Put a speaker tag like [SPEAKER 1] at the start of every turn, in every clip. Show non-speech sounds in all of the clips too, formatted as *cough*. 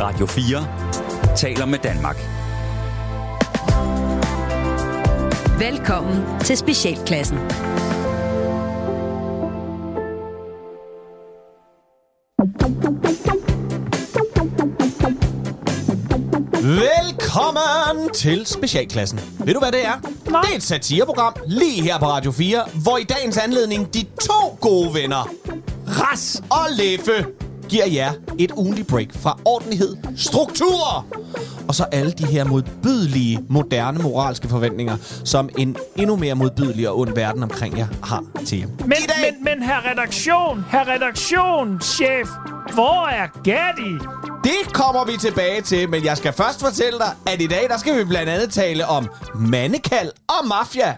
[SPEAKER 1] Radio 4 taler med Danmark.
[SPEAKER 2] Velkommen til Specialklassen.
[SPEAKER 3] Velkommen til Specialklassen. Ved du, hvad det er? Nej. Det er et satireprogram lige her på Radio 4, hvor i dagens anledning de to gode venner, Ras og Leffe, giver jer et ugenligt break fra ordentlighed, struktur og så alle de her modbydelige, moderne moralske forventninger, som en endnu mere modbydelig og ond verden omkring jer har til jer.
[SPEAKER 4] Men,
[SPEAKER 3] I dag,
[SPEAKER 4] men, men her redaktion, her redaktion, chef, hvor er Gatti?
[SPEAKER 3] det kommer vi tilbage til, men jeg skal først fortælle dig, at i dag, der skal vi blandt andet tale om mandekald og mafia.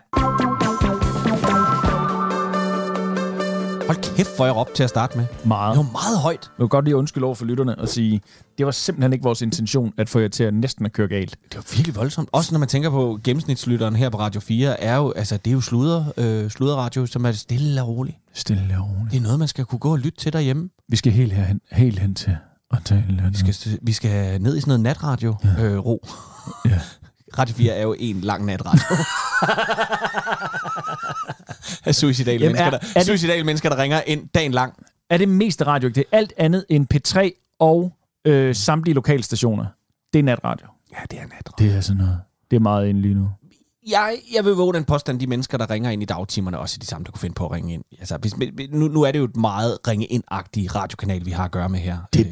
[SPEAKER 3] Hold kæft, hvor jeg råbte til at starte med.
[SPEAKER 5] Meget.
[SPEAKER 3] Det var meget højt.
[SPEAKER 5] Jeg vil godt lige undskylde over for lytterne og sige, det var simpelthen ikke vores intention at få jer til at næsten at køre galt.
[SPEAKER 3] Det var virkelig voldsomt. Også når man tænker på gennemsnitslytteren her på Radio 4, er jo, altså, det er jo sluder, øh, sluderradio, som er stille og roligt.
[SPEAKER 5] Stille og roligt.
[SPEAKER 3] Det er noget, man skal kunne gå og lytte til derhjemme.
[SPEAKER 5] Vi skal helt herhen, helt hen til at tale
[SPEAKER 3] Vi skal, vi skal ned i sådan noget natradio. Ja. Øh, ro.
[SPEAKER 5] Ja.
[SPEAKER 3] Radio 4 er jo en lang *laughs* natradio. *laughs* Af suicidale,
[SPEAKER 5] Jamen,
[SPEAKER 3] mennesker,
[SPEAKER 5] er-
[SPEAKER 3] der,
[SPEAKER 5] er det-
[SPEAKER 3] suicidale mennesker, der ringer ind dagen lang.
[SPEAKER 5] Er det mest radio? Det er alt andet end P3 og øh, samtlige lokalstationer. Det er natradio.
[SPEAKER 3] Ja, det er natradio.
[SPEAKER 5] Det er sådan noget. Det er meget inde lige nu.
[SPEAKER 3] Jeg, jeg vil våge den påstand, de mennesker, der ringer ind i dagtimerne, også er de samme, der kunne finde på at ringe ind. Altså, hvis, nu, nu er det jo et meget ringe ind-agtigt radiokanal, vi har at gøre med her. Øh,
[SPEAKER 5] Det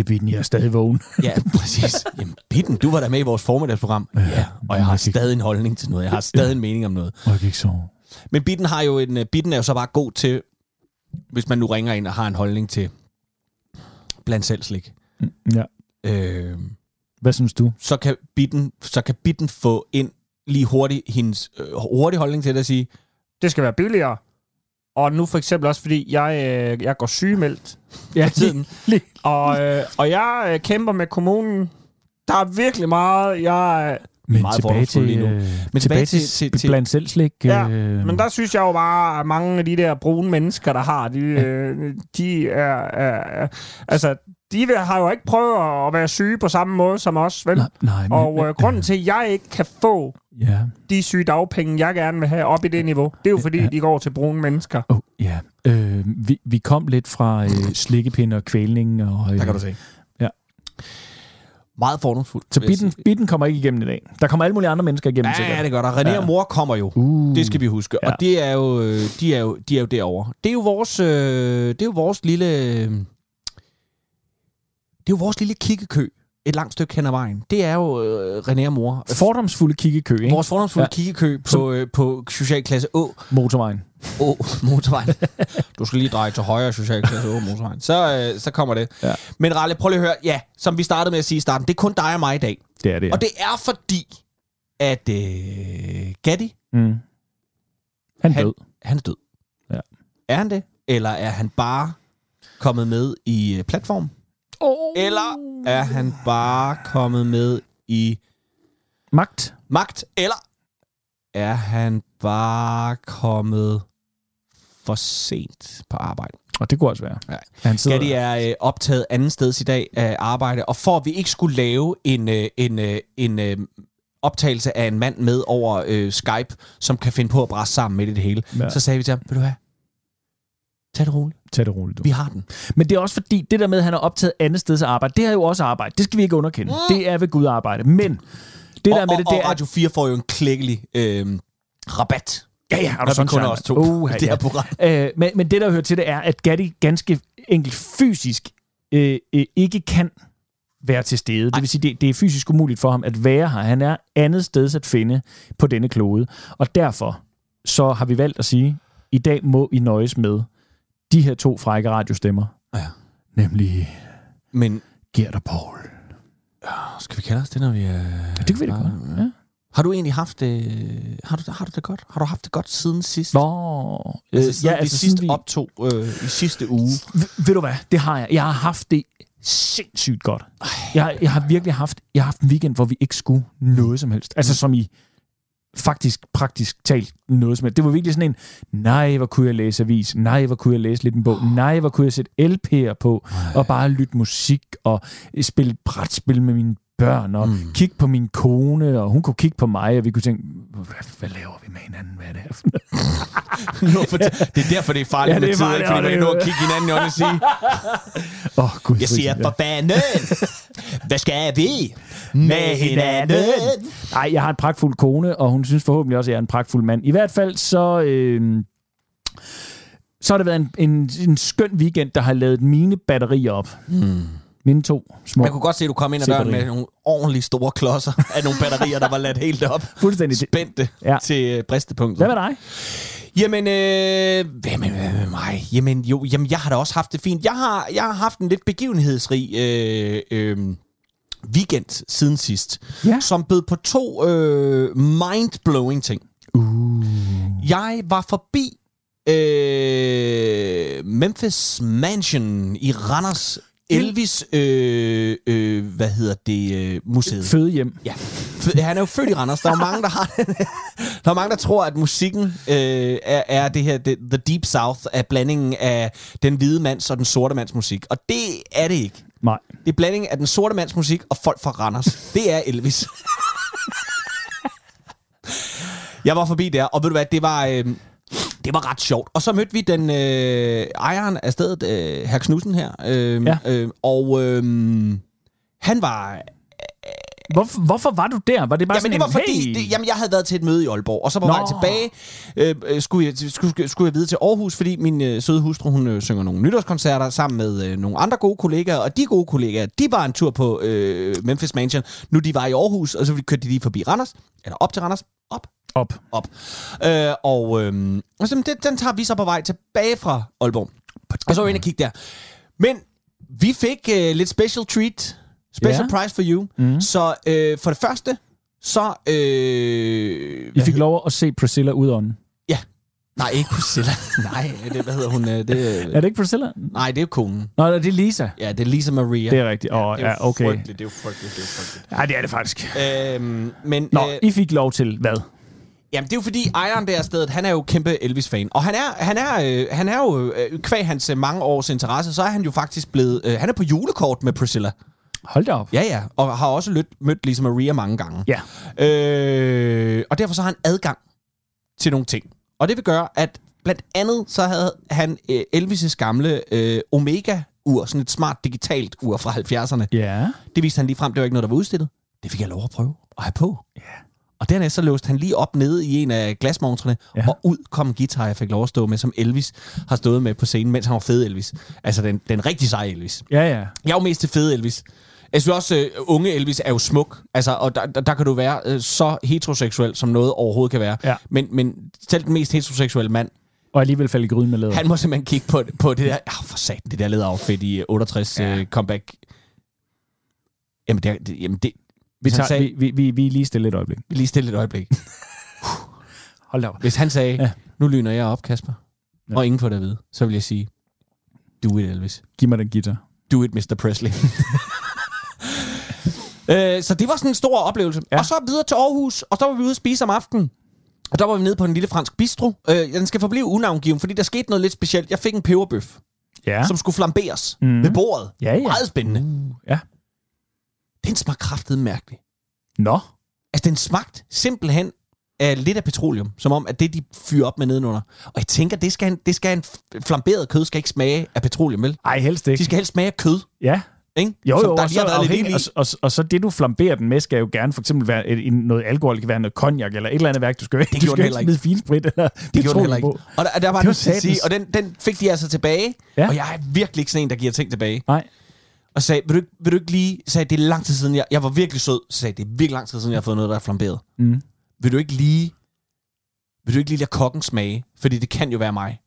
[SPEAKER 5] er bitten, jeg er stadig
[SPEAKER 4] *laughs*
[SPEAKER 5] vågen.
[SPEAKER 3] Ja, *laughs* præcis. Jamen, Bitten, du var da med i vores formiddagsprogram. Ja, og jeg har stadig en holdning til noget. Jeg har stadig en mening om noget.
[SPEAKER 5] Og jeg kan ikke sove.
[SPEAKER 3] Men Bitten, har jo en, øh, Bitten er jo så bare god til, hvis man nu ringer ind og har en holdning til blandt selv slik.
[SPEAKER 5] Ja.
[SPEAKER 3] Øh,
[SPEAKER 5] Hvad synes du?
[SPEAKER 3] så, kan Bitten, så kan Bitten få ind lige hurtigt hendes øh, hurtige holdning til det at sige,
[SPEAKER 4] Det skal være billigere. Og nu for eksempel også, fordi jeg, øh, jeg går sygemeldt,
[SPEAKER 5] *laughs* Ja,
[SPEAKER 3] tiden.
[SPEAKER 4] og, øh, og jeg øh, kæmper med kommunen. Der er virkelig meget, jeg... Øh,
[SPEAKER 5] Men
[SPEAKER 3] Meget
[SPEAKER 5] tilbage til,
[SPEAKER 3] fordomsfuld lige nu.
[SPEAKER 5] øh,
[SPEAKER 3] Men
[SPEAKER 5] tilbage,
[SPEAKER 3] tilbage
[SPEAKER 5] til,
[SPEAKER 3] til-
[SPEAKER 5] til,
[SPEAKER 3] til-
[SPEAKER 5] til, blandt selv slik.
[SPEAKER 4] ja,
[SPEAKER 5] øh,
[SPEAKER 4] men der synes jeg jo bare, at mange af de der brune mennesker, der har, de, øh, de er... er altså, de vil- har jo ikke prøvet at være syge på samme måde som os, vel?
[SPEAKER 5] Nej, nej, men-
[SPEAKER 4] og øh, grunden til, at jeg ikke kan få
[SPEAKER 5] Ja.
[SPEAKER 4] de syge dagpenge, jeg gerne vil have op i det niveau, det er jo fordi,
[SPEAKER 5] Ja.
[SPEAKER 4] de går til brune mennesker.
[SPEAKER 5] Oh, ja. Øh, vi, vi kom lidt fra øh, slikkepinde og kvælning. Og, øh,
[SPEAKER 3] der kan du se.
[SPEAKER 5] Ja.
[SPEAKER 3] Meget fordomsfuldt.
[SPEAKER 5] Så
[SPEAKER 3] vil jeg
[SPEAKER 5] bitten,
[SPEAKER 3] sige.
[SPEAKER 5] bitten kommer ikke igennem i dag. Der kommer alle mulige andre mennesker igennem.
[SPEAKER 3] Ja,
[SPEAKER 5] sikkert.
[SPEAKER 3] ja, det gør der. René
[SPEAKER 5] Ja.
[SPEAKER 3] og mor kommer jo.
[SPEAKER 5] Uh.
[SPEAKER 3] Det skal vi huske. Ja.
[SPEAKER 5] Ja.
[SPEAKER 3] Og det er jo, øh, de er jo, de er jo derovre. Det er jo vores, øh, det er jo vores lille, øh, det er jo vores lille kikkekø et langt stykke hen ad vejen. Det er jo øh, René og mor.
[SPEAKER 5] Fordomsfulde kiggekø, ikke?
[SPEAKER 3] Vores fordomsfulde ja.
[SPEAKER 5] Ja.
[SPEAKER 3] kikkekø på, øh, på socialklasse Å,
[SPEAKER 5] Motorvejen.
[SPEAKER 3] Å motorvejen. *laughs* du skal lige dreje til højre socialklasse Å motorvejen. Så, øh, så kommer det.
[SPEAKER 5] Ja.
[SPEAKER 3] Men Ralle, prøv lige at høre. Ja, som vi startede med at sige i starten, det er kun dig og mig i dag.
[SPEAKER 5] Det er det,
[SPEAKER 3] Ja. Og det er fordi, at øh, Gatti,
[SPEAKER 5] Mm. Han
[SPEAKER 3] Han-
[SPEAKER 5] død.
[SPEAKER 3] han er død.
[SPEAKER 5] Ja.
[SPEAKER 3] Er han det? Eller er han bare kommet med i øh, platform?
[SPEAKER 5] Oh.
[SPEAKER 3] Eller er han bare kommet med i
[SPEAKER 5] Magt.
[SPEAKER 3] magt? Eller er han bare kommet for sent på arbejde?
[SPEAKER 5] Og det kunne også være.
[SPEAKER 3] Ja.
[SPEAKER 5] Han sidder
[SPEAKER 3] Gatti er øh, optaget andet sted i dag af arbejde, og for at vi ikke skulle lave en, øh, en, øh, en øh, optagelse af en mand med over øh, Skype, som kan finde på at brasse sammen med det, det hele, ja.
[SPEAKER 5] Ja.
[SPEAKER 3] så sagde vi til ham, vil du have, tag det roligt,
[SPEAKER 5] Tag det roligt, du.
[SPEAKER 3] vi har den.
[SPEAKER 5] Men det er også fordi, det der med, at han er optaget andet steds arbejde, det er jo også arbejde. Det skal vi ikke underkende. Mm. Det er ved Gud arbejde. Men det der
[SPEAKER 3] og,
[SPEAKER 5] med det,
[SPEAKER 3] og,
[SPEAKER 5] det
[SPEAKER 3] og
[SPEAKER 5] er...
[SPEAKER 3] Radio 4 får jo en klækkelig øh, rabat.
[SPEAKER 5] Ja, ja, er
[SPEAKER 3] Når vi
[SPEAKER 5] du sådan
[SPEAKER 3] kun er
[SPEAKER 5] charme?
[SPEAKER 3] os to
[SPEAKER 5] Uha,
[SPEAKER 3] i det her
[SPEAKER 5] ja.
[SPEAKER 3] program.
[SPEAKER 5] Øh, men, men det, der hører til det, er, at Gatti ganske enkelt fysisk øh, øh, ikke kan være til stede. Det vil sige, det, det er fysisk umuligt for ham at være her. Han er andet sted at finde på denne klode. Og derfor så har vi valgt at sige, i dag må I nøjes med de her to frække radiostemmer.
[SPEAKER 3] Ja.
[SPEAKER 5] Nemlig
[SPEAKER 3] Men
[SPEAKER 5] Gert og Paul.
[SPEAKER 3] skal vi kalde os det, når vi er...
[SPEAKER 5] Det kan vi da godt. Ja.
[SPEAKER 3] Ah. Har du egentlig haft det... Øh, har, du, har du det godt? Har du haft det godt siden sidst?
[SPEAKER 5] Nå. Øh,
[SPEAKER 3] altså, siden ja, altså, vi sidst
[SPEAKER 5] sådan
[SPEAKER 3] vi... optog øh, i sidste uge.
[SPEAKER 5] Ved, ved du hvad? Det har jeg. Jeg har haft det sindssygt godt.
[SPEAKER 3] Mm.
[SPEAKER 5] Jeg, jeg har virkelig haft, jeg har haft en weekend, hvor vi ikke skulle noget som helst. Altså som i, faktisk praktisk talt noget som helst. Det var virkelig sådan en, nej, hvor kunne jeg læse avis, nej, hvor kunne jeg læse lidt en bog, nej, hvor kunne jeg sætte LP'er på, og bare lytte musik, og spille et brætspil med mine børn, og mm. kigge på min kone, og hun kunne kigge på mig, og vi kunne tænke, hvad, hvad laver vi med hinanden, hvad er det her for noget?
[SPEAKER 3] *laughs* Nu for det er derfor, det er farligt
[SPEAKER 5] Ja,
[SPEAKER 3] ja,
[SPEAKER 5] det
[SPEAKER 3] det
[SPEAKER 5] er
[SPEAKER 3] med tiden,
[SPEAKER 5] farligt,
[SPEAKER 3] ikke? fordi man
[SPEAKER 5] og det-
[SPEAKER 3] kan nå at kigge hinanden i øjnene og sige,
[SPEAKER 5] *laughs* Åh, oh, gud.
[SPEAKER 3] jeg siger på banen, hvad skal vi med hinanden?
[SPEAKER 5] Nej, jeg har en pragtfuld kone, og hun synes forhåbentlig også, at jeg er en pragtfuld mand. I hvert fald så... Øh, så har det været en, en, en skøn weekend, der har lavet mine batterier op. Mm. Mine to små.
[SPEAKER 3] Man kunne godt se, at du kom ind ad døren med
[SPEAKER 5] Batterier.
[SPEAKER 3] nogle ordentligt store klodser af nogle batterier, der var ladt helt op.
[SPEAKER 5] Fuldstændig.
[SPEAKER 3] Spændte
[SPEAKER 5] Ja.
[SPEAKER 3] ja. til øh, bristepunktet.
[SPEAKER 5] Hvad med dig?
[SPEAKER 3] Jamen, øh, hvad med, hvad med mig? Jamen, jo, jamen, jeg har da også haft det fint. Jeg har, jeg har haft en lidt begivenhedsrig øh, øh, weekend siden sidst,
[SPEAKER 5] Ja.
[SPEAKER 3] som bød på to øh, mind-blowing ting. Uh. Jeg var forbi øh, Memphis Mansion i Randers Elvis, øh, øh, hvad hedder det, øh, museet.
[SPEAKER 5] Føde hjem.
[SPEAKER 3] Ja, F- han er jo født i
[SPEAKER 5] *laughs*
[SPEAKER 3] Randers. Der er jo mange, der har Der er mange, der tror, at musikken øh, er, er det her, det, The Deep South, er blandingen af den hvide mands og den sorte mands musik. Og det er det ikke.
[SPEAKER 5] Nej.
[SPEAKER 3] Det er blandingen af den sorte mands musik og folk fra Randers. Det er Elvis. *laughs* Jeg var forbi der, og ved du hvad, det var... Øh, det var ret sjovt. Og så mødte vi den øh, ejeren af stedet, øh, herr Knudsen her. Øh,
[SPEAKER 5] Ja.
[SPEAKER 3] ja. øh, og øh, han var
[SPEAKER 5] Hvor, hvorfor var du der? Var det bare
[SPEAKER 3] Jamen,
[SPEAKER 5] sådan
[SPEAKER 3] det var
[SPEAKER 5] en,
[SPEAKER 3] fordi,
[SPEAKER 5] hey?
[SPEAKER 3] det, jamen, jeg havde været til et møde i Aalborg, og så på
[SPEAKER 5] Nå.
[SPEAKER 3] vej tilbage øh, øh, skulle, jeg, skulle, skulle jeg videre til Aarhus, fordi min øh, søde hustru, hun øh, synger nogle nytårskoncerter sammen med øh, nogle andre gode kollegaer, og de gode kollegaer, de var en tur på øh, Memphis Mansion. Nu de var i Aarhus, og så kørte de lige forbi Randers, eller op til Randers, op,
[SPEAKER 5] Op.
[SPEAKER 3] op. Øh, og øh, og så, det, den tager vi så på vej tilbage fra Aalborg. Og så var jeg inde og kigge der. Men vi fik øh, lidt special treat. Special
[SPEAKER 5] Ja.
[SPEAKER 3] yeah. prize for you. Mm. Så øh, for det første, så... Øh,
[SPEAKER 5] I fik lov at se Priscilla udånden.
[SPEAKER 3] Ja. Nej, ikke
[SPEAKER 5] *laughs*
[SPEAKER 3] Priscilla. *laughs* Nej, det, hvad hedder hun? øh, Det,
[SPEAKER 5] Er det ikke Priscilla?
[SPEAKER 3] nej, det er jo konen.
[SPEAKER 5] Nå, det er Lisa.
[SPEAKER 3] Ja, det er Lisa Maria.
[SPEAKER 5] Det er rigtigt. Åh, oh,
[SPEAKER 3] Det er
[SPEAKER 5] ja,
[SPEAKER 3] jo
[SPEAKER 5] okay.
[SPEAKER 3] Frygteligt, det er jo frygteligt, det er jo frygteligt.
[SPEAKER 5] Ja, det er det faktisk.
[SPEAKER 3] Øhm, men,
[SPEAKER 5] Nå,
[SPEAKER 3] øh,
[SPEAKER 5] I fik lov til hvad?
[SPEAKER 3] Jamen, det er jo fordi ejeren der af stedet, han er jo kæmpe Elvis-fan. Og han er, han er, øh, han er jo, øh, kvæg hans øh, mange års interesse, så er han jo faktisk blevet... Øh, han er på julekort med Priscilla.
[SPEAKER 5] Hold da op.
[SPEAKER 3] Ja, ja. Og har også lødt, mødt Lisa Maria mange gange.
[SPEAKER 5] Ja.
[SPEAKER 3] Øh, og derfor så har han adgang til nogle ting. Og det vil gøre, at blandt andet så havde han øh, Elvis' gamle øh, Omega-ur, sådan et smart digitalt ur fra 70'erne.
[SPEAKER 5] Ja.
[SPEAKER 3] Det viste han lige frem, det var ikke noget, der var udstillet. Det fik jeg lov at prøve og have på. Ja. Og dernæst så låste han lige op nede i en af glasmontrene,
[SPEAKER 5] Ja.
[SPEAKER 3] ja. og ud kom en guitar, jeg fik lov at stå med, som Elvis har stået med på scenen, mens han var fed Elvis. Altså den, den rigtig seje Elvis.
[SPEAKER 5] Ja, ja.
[SPEAKER 3] Jeg er jo mest til fede Elvis. Jeg synes også, øh, unge Elvis er jo smuk. Altså, og der, der, der kan du være øh, så heteroseksuel, som noget overhovedet kan være.
[SPEAKER 5] Ja.
[SPEAKER 3] Men, men selv den mest heteroseksuelle mand,
[SPEAKER 5] Og alligevel faldt i gryden med læder.
[SPEAKER 3] han må simpelthen kigge på, på det der... Ah, for satan, det der lederoutfit i øh, 68 ja. øh, comeback. Jamen, det, er- det, jamen det,
[SPEAKER 5] Vi,
[SPEAKER 3] hvis han
[SPEAKER 5] tager,
[SPEAKER 3] sagde,
[SPEAKER 5] vi, vi, vi, vi er lige stille et øjeblik.
[SPEAKER 3] lige stille et *laughs* øjeblik.
[SPEAKER 5] Hold da op.
[SPEAKER 3] Hvis han sagde,
[SPEAKER 5] Ja.
[SPEAKER 3] ja. nu lyner jeg op, Kasper,
[SPEAKER 5] Ja.
[SPEAKER 3] ja. og ingen får det at vide, så vil jeg sige, do it, Elvis.
[SPEAKER 5] Giv mig den guitar.
[SPEAKER 3] Do it, Mr.
[SPEAKER 5] *laughs*
[SPEAKER 3] Presley. øh, så det var sådan en stor oplevelse.
[SPEAKER 5] Ja.
[SPEAKER 3] Ja. Og så videre til Aarhus, og så var vi ude at spise om aftenen. Og der var vi nede på en lille fransk bistro. Øh, den skal forblive unavngiven, fordi der skete noget lidt specielt. Jeg fik en peberbøf,
[SPEAKER 5] Ja.
[SPEAKER 3] ja. som skulle flamberes
[SPEAKER 5] Mhm.
[SPEAKER 3] mm. ved bordet.
[SPEAKER 5] Ja, ja.
[SPEAKER 3] Meget spændende.
[SPEAKER 5] ja.
[SPEAKER 3] Den smagte kraftet mærkeligt.
[SPEAKER 5] Nå.
[SPEAKER 3] Altså, den smagte simpelthen af lidt af petroleum, som om, at det, de fyrer op med nedenunder. Og jeg tænker, det skal en, det skal en f- flamberet kød skal ikke smage af petroleum, vel?
[SPEAKER 5] Ej, helst
[SPEAKER 3] De
[SPEAKER 5] ikke.
[SPEAKER 3] skal helst smage af kød,
[SPEAKER 5] Ja.
[SPEAKER 3] ikke?
[SPEAKER 5] Jo,
[SPEAKER 3] Som
[SPEAKER 5] jo,
[SPEAKER 3] der
[SPEAKER 5] og
[SPEAKER 3] lige
[SPEAKER 5] så,
[SPEAKER 3] har været lidt
[SPEAKER 5] afhængig-
[SPEAKER 3] ild i.
[SPEAKER 5] og, s- og, s- og, så det, du flamberer den med, skal jo gerne for eksempel være et, en- noget alkohol, det kan være noget cognac eller et eller andet værk. Du skal jo ikke, du
[SPEAKER 3] gjorde
[SPEAKER 5] skal
[SPEAKER 3] den
[SPEAKER 5] ikke
[SPEAKER 3] heller
[SPEAKER 5] smide finsprit eller
[SPEAKER 3] Det gjorde den heller ikke.
[SPEAKER 5] På.
[SPEAKER 3] Og der, der var
[SPEAKER 5] Det var
[SPEAKER 3] det til at
[SPEAKER 5] satans.
[SPEAKER 3] sige, og den, den fik de altså tilbage.
[SPEAKER 5] Ja.
[SPEAKER 3] Ja. Og jeg er virkelig ikke sådan en, der giver ting tilbage.
[SPEAKER 5] Nej.
[SPEAKER 3] Og sagde, vil du, ikke- vil du ikke lige... Sagde, det er lang tid siden, jeg... Jeg var virkelig sød. Så sagde, det er virkelig lang tid siden, jeg har fået noget, der er flamberet.
[SPEAKER 5] Mm.
[SPEAKER 3] Vil du ikke lige... Vil du ikke lige lade kokken smage? Fordi det kan jo være mig,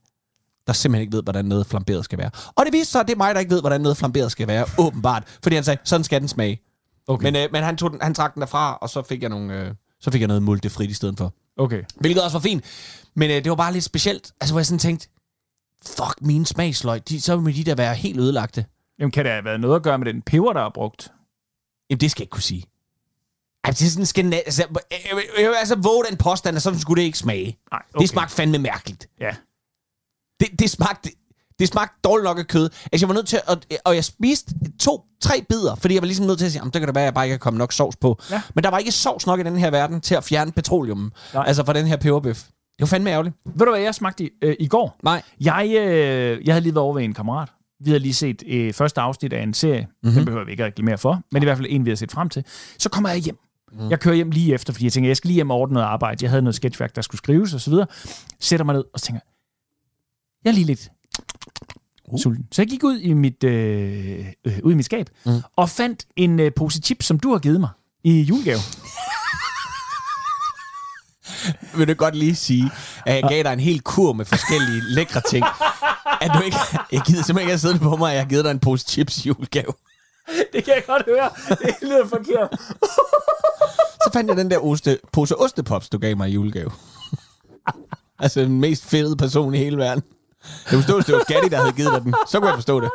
[SPEAKER 3] der simpelthen ikke ved, hvordan noget flamberet skal være. Og det viste sig, at det er mig, der ikke ved, hvordan noget flamberet skal være, åbenbart. Fordi han sagde, sådan skal den smage.
[SPEAKER 5] Okay.
[SPEAKER 3] Men, øh, men han, tog den, han trak den derfra, og så fik jeg, nogle, øh, så fik jeg noget multefrit i stedet for.
[SPEAKER 5] Okay.
[SPEAKER 3] Hvilket også var fint. Men øh, det var bare lidt specielt. Altså, hvor jeg sådan tænkte, fuck mine smagsløg, de, så vil de der være helt ødelagte.
[SPEAKER 5] Jamen, kan det have været noget at gøre med den peber, der er brugt?
[SPEAKER 3] Jamen, det skal jeg ikke kunne sige. Altså, det er sådan, skal, na- altså, jeg, jeg, jeg, vil altså våge den påstand, at sådan skulle det ikke smage.
[SPEAKER 5] Nej,
[SPEAKER 3] Okay. Det smagte fandme mærkeligt.
[SPEAKER 5] Ja.
[SPEAKER 3] Det, det smagte... Det smagte dårligt nok af kød. Altså, jeg var nødt til at... Og jeg spiste to, tre bidder, fordi jeg var ligesom nødt til at sige, "Jamen, det kan da være, at jeg bare ikke har kommet nok sovs på.
[SPEAKER 5] Ja.
[SPEAKER 3] Men der var ikke sovs nok i den her verden til at fjerne petroleum.
[SPEAKER 5] Nej.
[SPEAKER 3] Altså, fra den her peberbøf. Det var fandme ærgerligt.
[SPEAKER 5] Ved du, hvad jeg smagte i, øh, i går?
[SPEAKER 3] Nej.
[SPEAKER 5] Jeg, øh, jeg havde lige været over ved en kammerat. Vi havde lige set øh, første afsnit af en serie. Mm-hmm.
[SPEAKER 3] Mhm.
[SPEAKER 5] Den behøver vi ikke at reklamere for, men i hvert fald en, vi har set frem til. Så kommer jeg hjem.
[SPEAKER 3] Mhm.
[SPEAKER 5] Mm. Jeg kører hjem lige efter, fordi jeg tænker, jeg skal lige hjem og ordne noget arbejde. Jeg havde noget sketchværk, der skulle skrives osv. Sætter mig ned og tænker, jeg er lige lidt uh. sulten. Så jeg gik ud i mit, øh, øh, ud i mit skab mm.
[SPEAKER 3] Mhm.
[SPEAKER 5] og fandt en øh, pose chips, som du har givet mig i julegave.
[SPEAKER 3] *laughs* vil du godt lige sige, at jeg gav dig en hel kur med forskellige lækre ting. At du ikke... Jeg gider simpelthen ikke at sidde på mig, at jeg har givet dig en pose chips i julegave.
[SPEAKER 5] *laughs* det kan jeg godt høre. Det lyder forkert.
[SPEAKER 3] Så fandt jeg den der oste, pose ostepops, du gav mig i julegave. *laughs* altså den mest fede person i hele verden. Jeg forstod, hvis det var Gatti, der havde givet dig den. Så kunne jeg forstå det.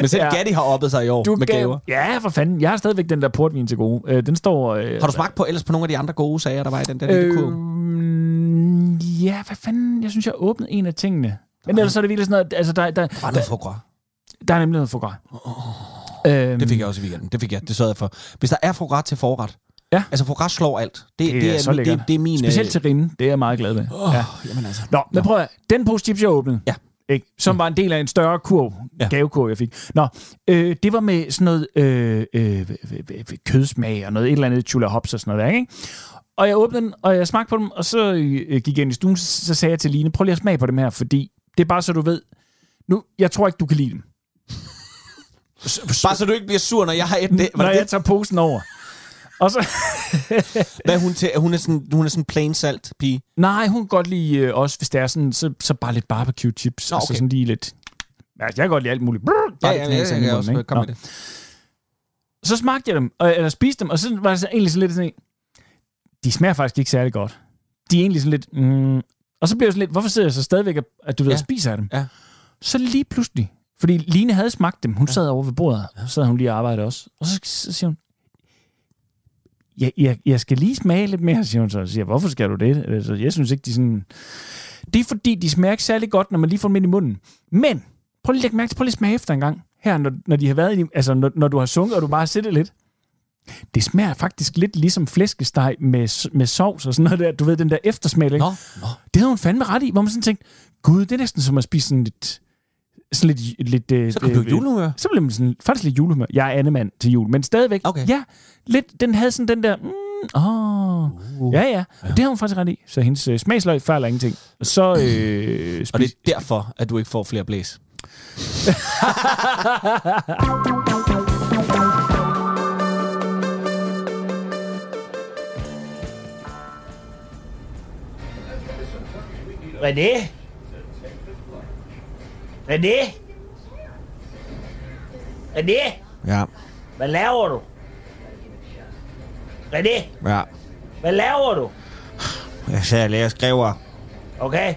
[SPEAKER 3] Men selv
[SPEAKER 5] Ja.
[SPEAKER 3] ja. Gatti har oppet sig i år du med gaver.
[SPEAKER 5] Ja, for fanden. Jeg har stadigvæk den der portvin til gode. Øh, den står... Øh,
[SPEAKER 3] Har du smagt på ellers på nogle af de andre gode sager, der var i den der øh. lille
[SPEAKER 5] øh,
[SPEAKER 3] kurv?
[SPEAKER 5] Øhm, Ja, hvad fanden? Jeg synes, jeg åbnede en af tingene. Men ellers er det virkelig sådan noget... Altså, der, der,
[SPEAKER 3] Var noget foie gras?
[SPEAKER 5] der er nemlig noget for godt. Øhm,
[SPEAKER 3] Det fik jeg også i weekenden. Det fik jeg. Det sørgede jeg for. Hvis der er foie gras til forret.
[SPEAKER 5] Ja.
[SPEAKER 3] Altså foie gras slår alt. Det, det,
[SPEAKER 5] det,
[SPEAKER 3] det,
[SPEAKER 5] er,
[SPEAKER 3] er,
[SPEAKER 5] så
[SPEAKER 3] det,
[SPEAKER 5] lækkert.
[SPEAKER 3] det, det er min... øh,
[SPEAKER 5] Specielt til Rinde. Det er jeg meget glad ved.
[SPEAKER 3] Oh, ja. Jamen altså.
[SPEAKER 5] Nå, men prøv at, Den pose chips, jeg åbnede,
[SPEAKER 3] Ja. Mm.
[SPEAKER 5] ikke, som var en del af en større kurv, ja.
[SPEAKER 3] Ja.
[SPEAKER 5] gavekurv, jeg fik. Nå, øh, det var med sådan noget øh, øh, øh, kødsmag og noget et eller andet chula hops og sådan noget der, ikke? Og jeg åbnede den, og jeg smagte på dem, og så øh, gik jeg ind i stuen, så, så sagde jeg til Line, prøv lige at smage på dem her, fordi det er bare så du ved, nu, jeg tror ikke, du kan lide dem.
[SPEAKER 3] Bare så du ikke bliver sur, når jeg har et... Det,
[SPEAKER 5] Når
[SPEAKER 3] var det,
[SPEAKER 5] jeg tager posen over. Og så,
[SPEAKER 3] Hvad er hun til? Hun er sådan, hun er sådan plain salt pige.
[SPEAKER 5] Nej, hun kan godt lide øh, også, hvis det er sådan, så, så bare lidt barbecue chips. Nå,
[SPEAKER 3] Nå,
[SPEAKER 5] okay. Altså
[SPEAKER 3] okay.
[SPEAKER 5] sådan lige lidt... Altså, jeg kan godt lide alt muligt. Brrr, bare det knaser ind i munden, ikke?
[SPEAKER 3] Kom
[SPEAKER 5] Nå.
[SPEAKER 3] med det.
[SPEAKER 5] Så smagte jeg dem, og, eller spiste dem, og så var det så egentlig sådan lidt sådan, en, de smager faktisk ikke særlig godt. De er egentlig sådan lidt, mm, og så blev jeg sådan lidt, hvorfor sidder jeg så stadigvæk, og- at du ved,
[SPEAKER 3] Ja.
[SPEAKER 5] ja. spiser af dem?
[SPEAKER 3] Ja.
[SPEAKER 5] Så lige pludselig, fordi Line havde smagt dem, hun sad over ved bordet, så sad hun lige og arbejdede også, og så, så siger hun, jeg, jeg, jeg skal lige smage lidt mere, siger hun så. Så siger jeg, hvorfor skal du det? Altså, jeg synes ikke, de er sådan... Det er fordi, de smager ikke særlig godt, når man lige får dem ind i munden. Men, prøv lige at lægge mærke til, prøv lige at smage efter en gang. Her, når, når de har været i, altså, når, når du har sunket, og du bare har siddet lidt. Det smager faktisk lidt ligesom flæskesteg med, s- med sovs og sådan noget der. Du ved, den der eftersmag, ikke?
[SPEAKER 3] Nå, nå.
[SPEAKER 5] Det havde hun fandme ret i, hvor man sådan tænkte, gud, det er næsten som at spise sådan lidt... Sådan lidt, lidt øh,
[SPEAKER 3] Så kan du
[SPEAKER 5] øh,
[SPEAKER 3] blive julehumør.
[SPEAKER 5] så blev man sådan, faktisk lidt julehumør. Jeg er andemand til jul, men stadigvæk.
[SPEAKER 3] Okay.
[SPEAKER 5] Ja, lidt, den havde sådan den der, mm, åh,
[SPEAKER 3] Uh.
[SPEAKER 5] oh, ja, ja. Og det har hun faktisk ret i. Så hendes øh, smagsløg fejler ingenting. Og så øh,
[SPEAKER 3] Og det
[SPEAKER 5] spis,
[SPEAKER 3] er derfor, at du ikke får flere blæs.
[SPEAKER 5] René? René? René?
[SPEAKER 3] Ja,
[SPEAKER 5] Hvad laver du? René?
[SPEAKER 3] ja.
[SPEAKER 5] Hvad laver du?
[SPEAKER 3] Jeg sagde, at jeg skriver.
[SPEAKER 5] Okay.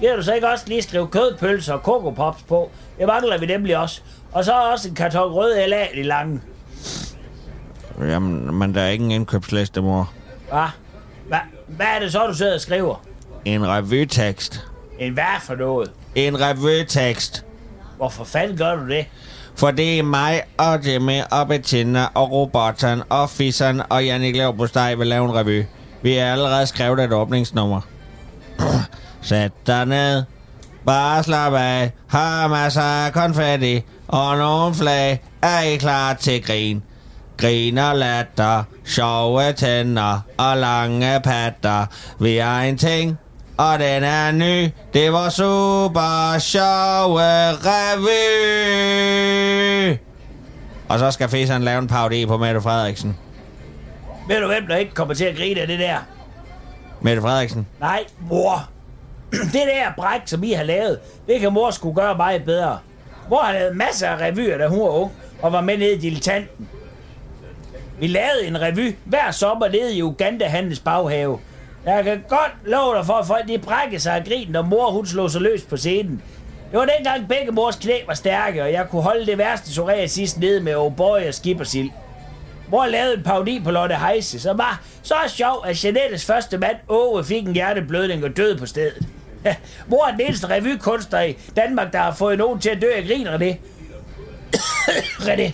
[SPEAKER 5] Giver du så ikke også lige skrive kødpølser og kokopops på? Det mangler vi nemlig også. Og så også en karton rød LA i langen.
[SPEAKER 2] Jamen, men der er ikke en indkøbsliste, mor.
[SPEAKER 5] Hva? Hva? Hvad er det så, du sidder og skriver?
[SPEAKER 2] En revytekst.
[SPEAKER 5] En hvad for noget?
[SPEAKER 2] En revytekst.
[SPEAKER 5] Hvorfor fanden gør du det?
[SPEAKER 2] For det er mig og Jimmy og Bettina og Robotten og Fisseren og Jannik Leverpostej vil lave en revy. Vi har allerede skrevet et åbningsnummer. Sæt dig ned. Bare slap af. Har masser af konfetti. Og nogle flag er I klar til grin. Grin og latter, sjove tænder og lange patter. Vi har en ting, og den er ny. Det var super sjove revy. Og så skal Fisan lave en parodi på Mette Frederiksen.
[SPEAKER 5] Ved du, hvem der ikke kommer til at grine af det der?
[SPEAKER 2] Mette Frederiksen.
[SPEAKER 5] Nej, mor. *clears throat* Det der bræk, som I har lavet, det kan mor skulle gøre meget bedre. Mor har lavet masser af revyer, da hun var ung, og var med nede i dilettanten. Vi lavede en revy hver sommer nede i Uganda Handels baghave. Jeg kan godt love dig for, at folk de brækkede sig af grin, når mor hun slog sig løs på scenen. Det var dengang begge mors knæ var stærke, og jeg kunne holde det værste psoriasis nede med O'boy og skippersild.
[SPEAKER 6] Mor lavede en parodi på Lotte Heise, som var så sjov, at Jeanettes første mand, Åge, fik en hjerteblødning og døde på stedet. *laughs* Mor er den eneste revykunstner i Danmark, der har fået nogen til at dø af grin, René. *coughs* René.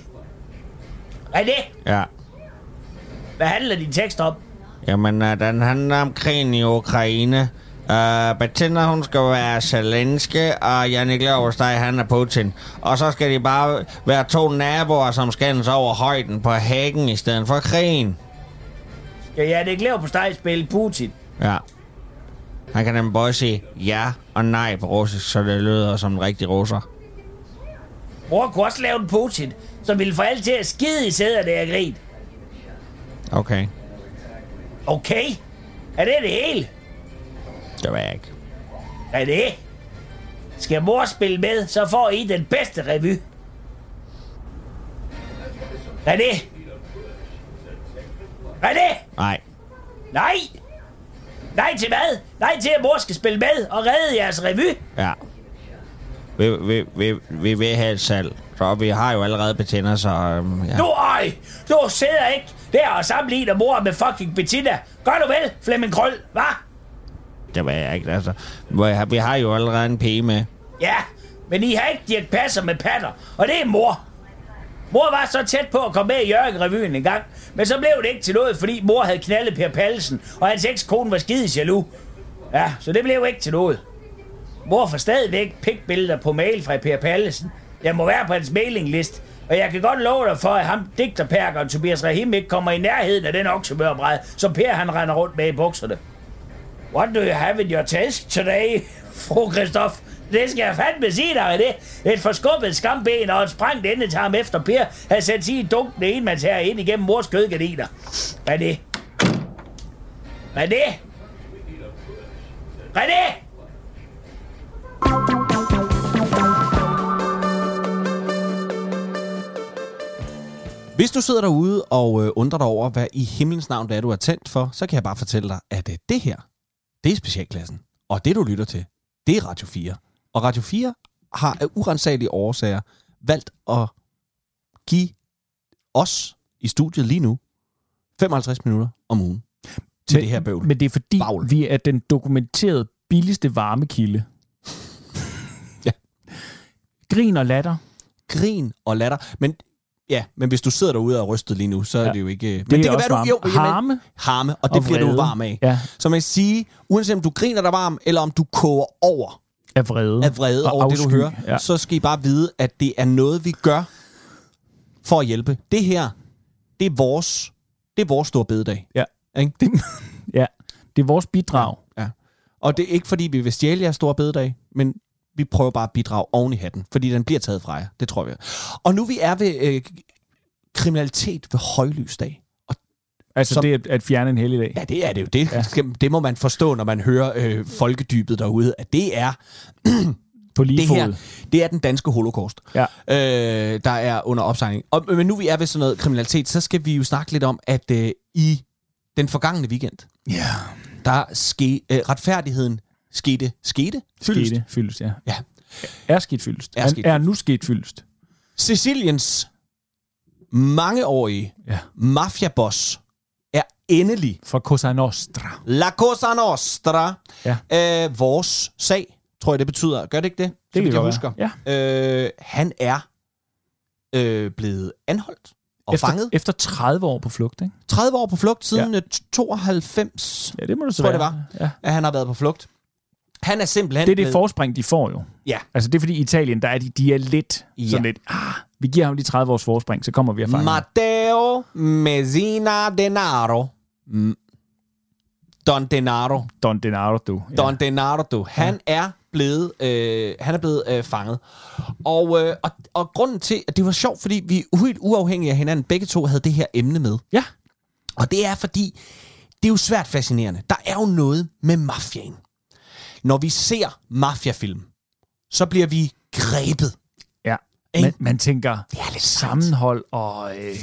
[SPEAKER 6] René,
[SPEAKER 2] Ja.
[SPEAKER 6] hvad handler din tekst om?
[SPEAKER 2] Jamen, øh, den handler om krigen i Ukraine. Uh, Bettina, hun skal være Zelensky, og Jannik Løversteg, han er Putin. Og så skal de bare være to naboer, som skændes over højden på hækken i stedet for krigen.
[SPEAKER 6] Ja, ja, det er på steg spille Putin.
[SPEAKER 2] Ja. Han kan nemlig både sige ja og nej på russisk, så det lyder som en rigtig russer.
[SPEAKER 6] Mor kunne også lave en Putin, som ville få alt til at skide i sæderne af grin.
[SPEAKER 2] Okay,
[SPEAKER 6] Okay, er det det hele?
[SPEAKER 2] det var jeg ikke.
[SPEAKER 6] Er det? Skal mor spille med, så får I den bedste revy. Er det? Er det?
[SPEAKER 2] Nej,
[SPEAKER 6] Nej! Nej til hvad? Nej til, at mor skal spille med og redde jeres revy.
[SPEAKER 2] ja. Vi, vi, vi, vi vil have et salg, så vi har jo allerede Bettina, så... Øhm, ja.
[SPEAKER 6] Du, øj! Du sidder ikke der og sammenligner mor med fucking Bettina. Gør du vel, Flemming Krøl, hva?
[SPEAKER 2] Det var jeg ikke, altså. Hvor- Vi har jo allerede en pige med.
[SPEAKER 6] Ja, men I har ikke Dirk Passer med patter, og det er mor. Mor var så tæt på at komme med i Jørgen-revyen en gang, men så blev det ikke til noget, fordi mor havde knaldet Per Pallesen, og hans ekskone var skide jaloux. Ja, så det blev ikke til noget. Mor får stadigvæk pikbilleder på mail fra Per Pallesen. Jeg må være på hans mailinglist, og jeg kan godt love dig for, at ham digterperkeren Tobias Rahim ikke kommer i nærheden af den oksemørbræd, som Per han render rundt med i bukserne. What do you have in your task today, *laughs* fru Christoph? Det skal jeg fandme sige dig, det. Et forskubbet skamben og et sprængt endetarm efter Per havde sendt sin dunkende enmands her ind igennem mors kødgardiner. Hvad er det? Hvad er det? Hvad er det?
[SPEAKER 3] Hvis du sidder derude og øh, undrer dig over, hvad i himlens navn det er, du er tændt for, så kan jeg bare fortælle dig, at øh, det her, det er specialklassen. Og det, du lytter til, det er Radio 4. Og Radio 4 har af urensagelige årsager valgt at give os i studiet lige nu 55 minutter om ugen til men, det her bøvl. Men,
[SPEAKER 5] Men det er fordi,
[SPEAKER 3] Bavl.
[SPEAKER 5] Bagl. vi er den dokumenteret billigste varmekilde.
[SPEAKER 3] Ja.
[SPEAKER 5] Grin og latter.
[SPEAKER 3] Grin og latter. Men ja, men hvis du sidder derude og er rystet lige nu, så ja. er det jo ikke... øh, Men
[SPEAKER 5] Det er også varme.
[SPEAKER 3] men-
[SPEAKER 5] Harme
[SPEAKER 3] Harme, og det og
[SPEAKER 5] og
[SPEAKER 3] bliver vrede. du
[SPEAKER 5] vrede.
[SPEAKER 3] varm af.
[SPEAKER 5] Ja,
[SPEAKER 3] Så man kan sige, uanset om du griner dig varm, eller om du koger over,
[SPEAKER 5] af vrede.
[SPEAKER 3] af vrede
[SPEAKER 5] og
[SPEAKER 3] over afsky. det,
[SPEAKER 5] afsky.
[SPEAKER 3] du hører, ja.
[SPEAKER 5] Ja.
[SPEAKER 3] så skal I bare vide, at det er noget, vi gør for at hjælpe. Det her, det er vores, det er vores store bededag.
[SPEAKER 5] Ja.
[SPEAKER 3] Ikke? Det,
[SPEAKER 5] *laughs* ja. Det er vores bidrag.
[SPEAKER 3] ja. Og det er ikke, fordi vi vil stjæle jeres store bededag, men vi prøver bare at bidrage oven i hatten, fordi den bliver taget fra jer. Det tror vi. Og nu vi er ved øh, kriminalitet ved højlysdag. Og
[SPEAKER 5] Altså
[SPEAKER 3] Som-
[SPEAKER 5] Som... det at, at fjerne en helligdag.
[SPEAKER 3] ja, det er det jo. Det, ja. det må man forstå, når man hører øh, folkedybet derude, at det er
[SPEAKER 5] *clears throat* På lige
[SPEAKER 3] det
[SPEAKER 5] fod.
[SPEAKER 3] her, det er den danske holocaust,
[SPEAKER 5] Ja.
[SPEAKER 3] øh, der er under opsejling. Og, men nu vi er ved sådan noget kriminalitet, så skal vi jo snakke lidt om, at øh, i den forgangne weekend,
[SPEAKER 5] Ja.
[SPEAKER 3] der ske, øh, retfærdigheden skete, skete,
[SPEAKER 5] Skete fyldest, ja.
[SPEAKER 3] Ja.
[SPEAKER 5] Er sket fyldest.
[SPEAKER 3] Er
[SPEAKER 5] Er,
[SPEAKER 3] sket
[SPEAKER 5] er nu sket fyldest.
[SPEAKER 3] Siciliens mangeårige
[SPEAKER 5] Ja.
[SPEAKER 3] mafiaboss er endelig
[SPEAKER 5] Fra Cosa Nostra.
[SPEAKER 3] La Cosa Nostra.
[SPEAKER 5] Ja.
[SPEAKER 3] Øh, vores sag, tror jeg, det betyder. Gør det ikke det?
[SPEAKER 5] kan
[SPEAKER 3] vidt jeg
[SPEAKER 5] godt
[SPEAKER 3] husker.
[SPEAKER 5] være.
[SPEAKER 3] Ja. Øh, han er øh, blevet anholdt og efter, fanget.
[SPEAKER 5] Efter, efter 30 år på flugt, ikke?
[SPEAKER 3] 30 år på flugt siden ja. 92,
[SPEAKER 5] Ja, det må du så
[SPEAKER 3] Tror jeg,
[SPEAKER 5] være.
[SPEAKER 3] det
[SPEAKER 5] Ja.
[SPEAKER 3] at han har været på flugt. Han er simpelthen
[SPEAKER 5] Det er det
[SPEAKER 3] blevet...
[SPEAKER 5] forspring, de får jo.
[SPEAKER 3] Ja.
[SPEAKER 5] Altså det er fordi i Italien, der er de, de er lidt
[SPEAKER 3] Ja.
[SPEAKER 5] ja. sådan lidt, ah, vi giver ham lige 30 års forspring, så kommer vi og fanger. ham."
[SPEAKER 3] Matteo Messina Denaro. Mm. Don Denaro.
[SPEAKER 5] Don Denaro, du. Ja.
[SPEAKER 3] Don Denardo, du. Han er blevet, øh, han er blevet øh, fanget. Og, øh, og, og grunden til, at det var sjovt, fordi vi helt uafhængige af hinanden, begge to havde det her emne med.
[SPEAKER 5] Ja.
[SPEAKER 3] Og det er fordi, det er jo svært fascinerende. Der er jo noget med mafiaen. Når vi ser mafiafilm, så bliver vi grebet.
[SPEAKER 5] ja.
[SPEAKER 3] Ikke?
[SPEAKER 5] Man, man tænker
[SPEAKER 3] Det er lidt
[SPEAKER 5] sammenhold og, øh,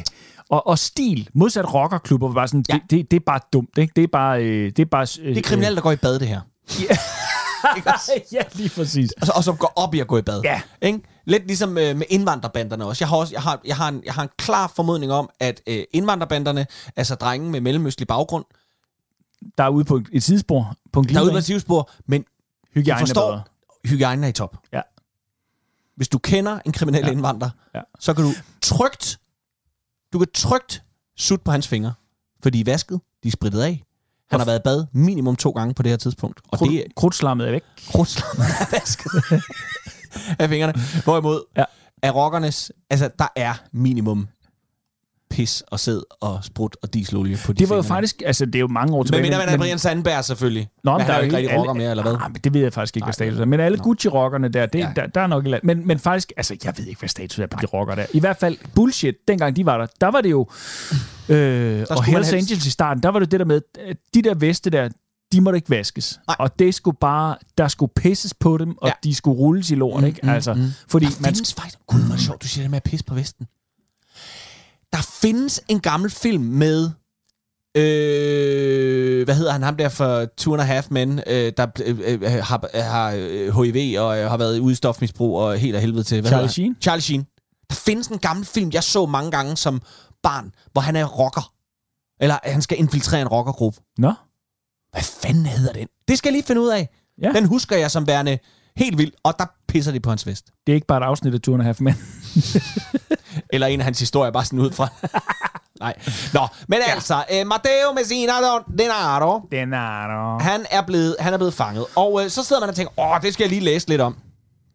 [SPEAKER 5] og, og stil. Modsat rockerklubber, var sådan,
[SPEAKER 3] Ja.
[SPEAKER 5] ja. det, det, det er bare dumt, ikke? Det er bare... Øh, det er, bare, øh,
[SPEAKER 3] Det er kriminelle, der går i bad, det her.
[SPEAKER 5] *laughs* ja, lige præcis.
[SPEAKER 3] Og, så- og som går op i at gå i bad.
[SPEAKER 5] Ja.
[SPEAKER 3] Ikke? Lidt ligesom øh, med indvandrerbanderne også. Jeg har, også, jeg, har, jeg, har en, jeg har en klar formodning om, at øh, indvandrerbanderne, altså drenge med mellemøstlig baggrund,
[SPEAKER 5] Der er ude på et- et sidespor, på en
[SPEAKER 3] der er ude på
[SPEAKER 5] glidebane.
[SPEAKER 3] et sidespor, men
[SPEAKER 5] Hygiejne
[SPEAKER 3] Hygiejne
[SPEAKER 5] er
[SPEAKER 3] forstår,
[SPEAKER 5] bedre.
[SPEAKER 3] hygiejnen er i top.
[SPEAKER 5] Ja.
[SPEAKER 3] Hvis du kender en kriminel ja. indvandrer,
[SPEAKER 5] Ja.
[SPEAKER 3] ja. så kan du trygt, du kan trygt sutte på hans fingre, for de er vasket, de er spritet af. Han har været i bad minimum to gange på det her tidspunkt, og det er
[SPEAKER 5] Krudt, krudtslammet er væk.
[SPEAKER 3] krusler er vasket af fingrene. Hvorimod
[SPEAKER 5] Ja.
[SPEAKER 3] ja. af rockernes, altså der er minimum pis og sæd og sprut og dieselolie på de
[SPEAKER 5] Det var jo
[SPEAKER 3] fingre.
[SPEAKER 5] faktisk, altså det er jo mange år tilbage.
[SPEAKER 3] Men mindre man er Brian Sandberg selvfølgelig.
[SPEAKER 5] Nå, men
[SPEAKER 3] men han er jo ikke
[SPEAKER 5] helt-
[SPEAKER 3] rigtig rocker
[SPEAKER 5] alle-
[SPEAKER 3] mere, eller hvad?
[SPEAKER 5] Ah, men det ved jeg faktisk ikke, hvad status er. Men alle Gucci-rockerne der, det, ja. der, der er nok et eller andet. Men, men faktisk, altså jeg ved ikke, hvad status er på de rockere der. I hvert fald, bullshit, dengang de var der, der var det jo... Øh, og
[SPEAKER 3] man
[SPEAKER 5] Hells
[SPEAKER 3] helst-
[SPEAKER 5] Angels i starten, der var det det der med, at de der veste der, de måtte ikke vaskes. Nej.
[SPEAKER 3] Nej.
[SPEAKER 5] Og det skulle bare, der skulle pisses på dem, og ja.
[SPEAKER 3] Ja. Mm,
[SPEAKER 5] de skulle rulles i lort, ikke? Altså, fordi
[SPEAKER 3] Der
[SPEAKER 5] man...
[SPEAKER 3] findes faktisk... Gud, hvor er det sjovt, du siger det med at pisse på Vesten. Der findes en gammel film med... Øh, hvad hedder han? Ham der fra Two and a Half Men, øh, der øh, øh, har, har øh, HIV og øh, har været ude i stofmisbrug og helt af helvede til. Hvad
[SPEAKER 5] Charlie
[SPEAKER 3] hedder han?
[SPEAKER 5] Sheen?
[SPEAKER 3] Charlie Sheen. Der findes en gammel film, jeg så mange gange som barn, hvor han er rocker. Eller han skal infiltrere en rockergruppe.
[SPEAKER 5] Nå,
[SPEAKER 3] Hvad fanden hedder den? Det skal jeg lige finde ud af.
[SPEAKER 5] Ja.
[SPEAKER 3] Den husker jeg som værende helt vildt, og der pisser de på hans vest.
[SPEAKER 5] det er ikke bare et afsnit af Turen Half Men.
[SPEAKER 3] Eller en af hans historier, bare sådan ud
[SPEAKER 5] *laughs*
[SPEAKER 3] fra. Nej. Nå, men ja. altså, øh, Matteo Messina Denaro,
[SPEAKER 5] Den er der.
[SPEAKER 3] han er blevet, han er blevet fanget. Og øh, så sidder man og tænker, åh, det skal jeg lige læse lidt om.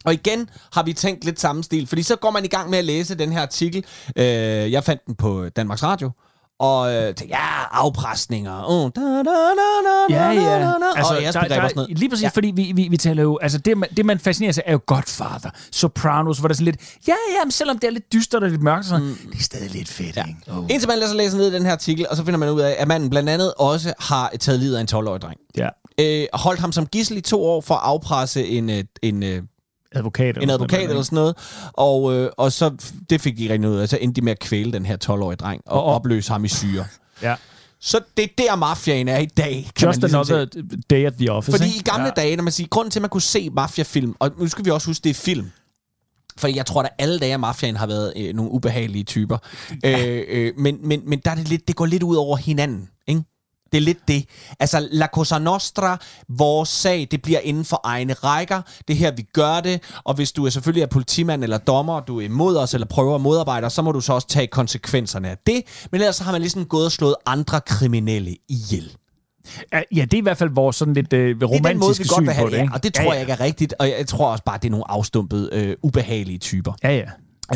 [SPEAKER 3] Og igen har vi tænkt lidt samme stil, fordi så går man i gang med at læse den her artikel. Øh, jeg fandt den på Danmarks Radio. Og øh, tænkte, ja, afpresninger. Uh, da, da, da, da,
[SPEAKER 5] Ja,
[SPEAKER 3] da, da,
[SPEAKER 5] ja.
[SPEAKER 3] da, Altså, og æresbegreber og sådan noget.
[SPEAKER 5] Lige præcis, ja.
[SPEAKER 3] Ja.
[SPEAKER 5] fordi vi, vi, vi taler jo... Altså, det man, det, man fascinerer sig af er jo Godfather, Sopranos, hvor der er sådan lidt... Ja, ja, men selvom det er lidt dystert og lidt mørkt, sådan, mm. det er stadig lidt fedt, ja. ikke? Oh.
[SPEAKER 3] Indtil man læser, læser ned i den her artikel, og så finder man ud af, at manden blandt andet også har taget livet af en 12-årig dreng.
[SPEAKER 5] Ja,
[SPEAKER 3] øh, holdt ham som gissel i to år for at afpresse en, øh, en, øh,
[SPEAKER 5] advokat. Eller
[SPEAKER 3] en
[SPEAKER 5] sådan
[SPEAKER 3] advokat
[SPEAKER 5] noget,
[SPEAKER 3] eller
[SPEAKER 5] ikke?
[SPEAKER 3] sådan noget. Og, øh, og så f- det fik de ikke rigtig noget ud af. Så endte de med at kvæle den her 12-årige dreng og,
[SPEAKER 5] Og- og-
[SPEAKER 3] opløse ham i syre.
[SPEAKER 5] Ja.
[SPEAKER 3] Så det er der, mafiaen er i dag, kan
[SPEAKER 5] Just
[SPEAKER 3] man ligesom
[SPEAKER 5] another
[SPEAKER 3] se.
[SPEAKER 5] day at the office,
[SPEAKER 3] Fordi
[SPEAKER 5] ikke?
[SPEAKER 3] i gamle ja. dage, når man siger, grunden til, at man kunne se mafiafilm, og nu skal vi også huske, det er film. Fordi jeg tror, at alle dage, at mafiaen har været øh, nogle ubehagelige typer. Ja. Øh, øh, men men, men der er det, lidt, det går lidt ud over hinanden, ikke? Det er lidt det. Altså, La Cosa Nostra, vores sag, det bliver inden for egne rækker. Det er her, vi gør det. Og hvis du er selvfølgelig er politimand eller dommer, og du er imod os eller prøver at modarbejde os, så må du så også tage konsekvenserne af det. Men ellers så har man ligesom gået og slået andre kriminelle ihjel.
[SPEAKER 5] Ja, ja, det er i hvert fald vores sådan lidt øh,
[SPEAKER 3] Det er den måde,
[SPEAKER 5] romantiske
[SPEAKER 3] vi godt
[SPEAKER 5] syn
[SPEAKER 3] vil
[SPEAKER 5] på
[SPEAKER 3] have det,
[SPEAKER 5] det,
[SPEAKER 3] ja.
[SPEAKER 5] ikke?
[SPEAKER 3] Og det tror ja, ja. jeg ikke er rigtigt, og jeg tror også bare, at det er nogle afstumpede, øh, ubehagelige typer.
[SPEAKER 5] Ja, ja.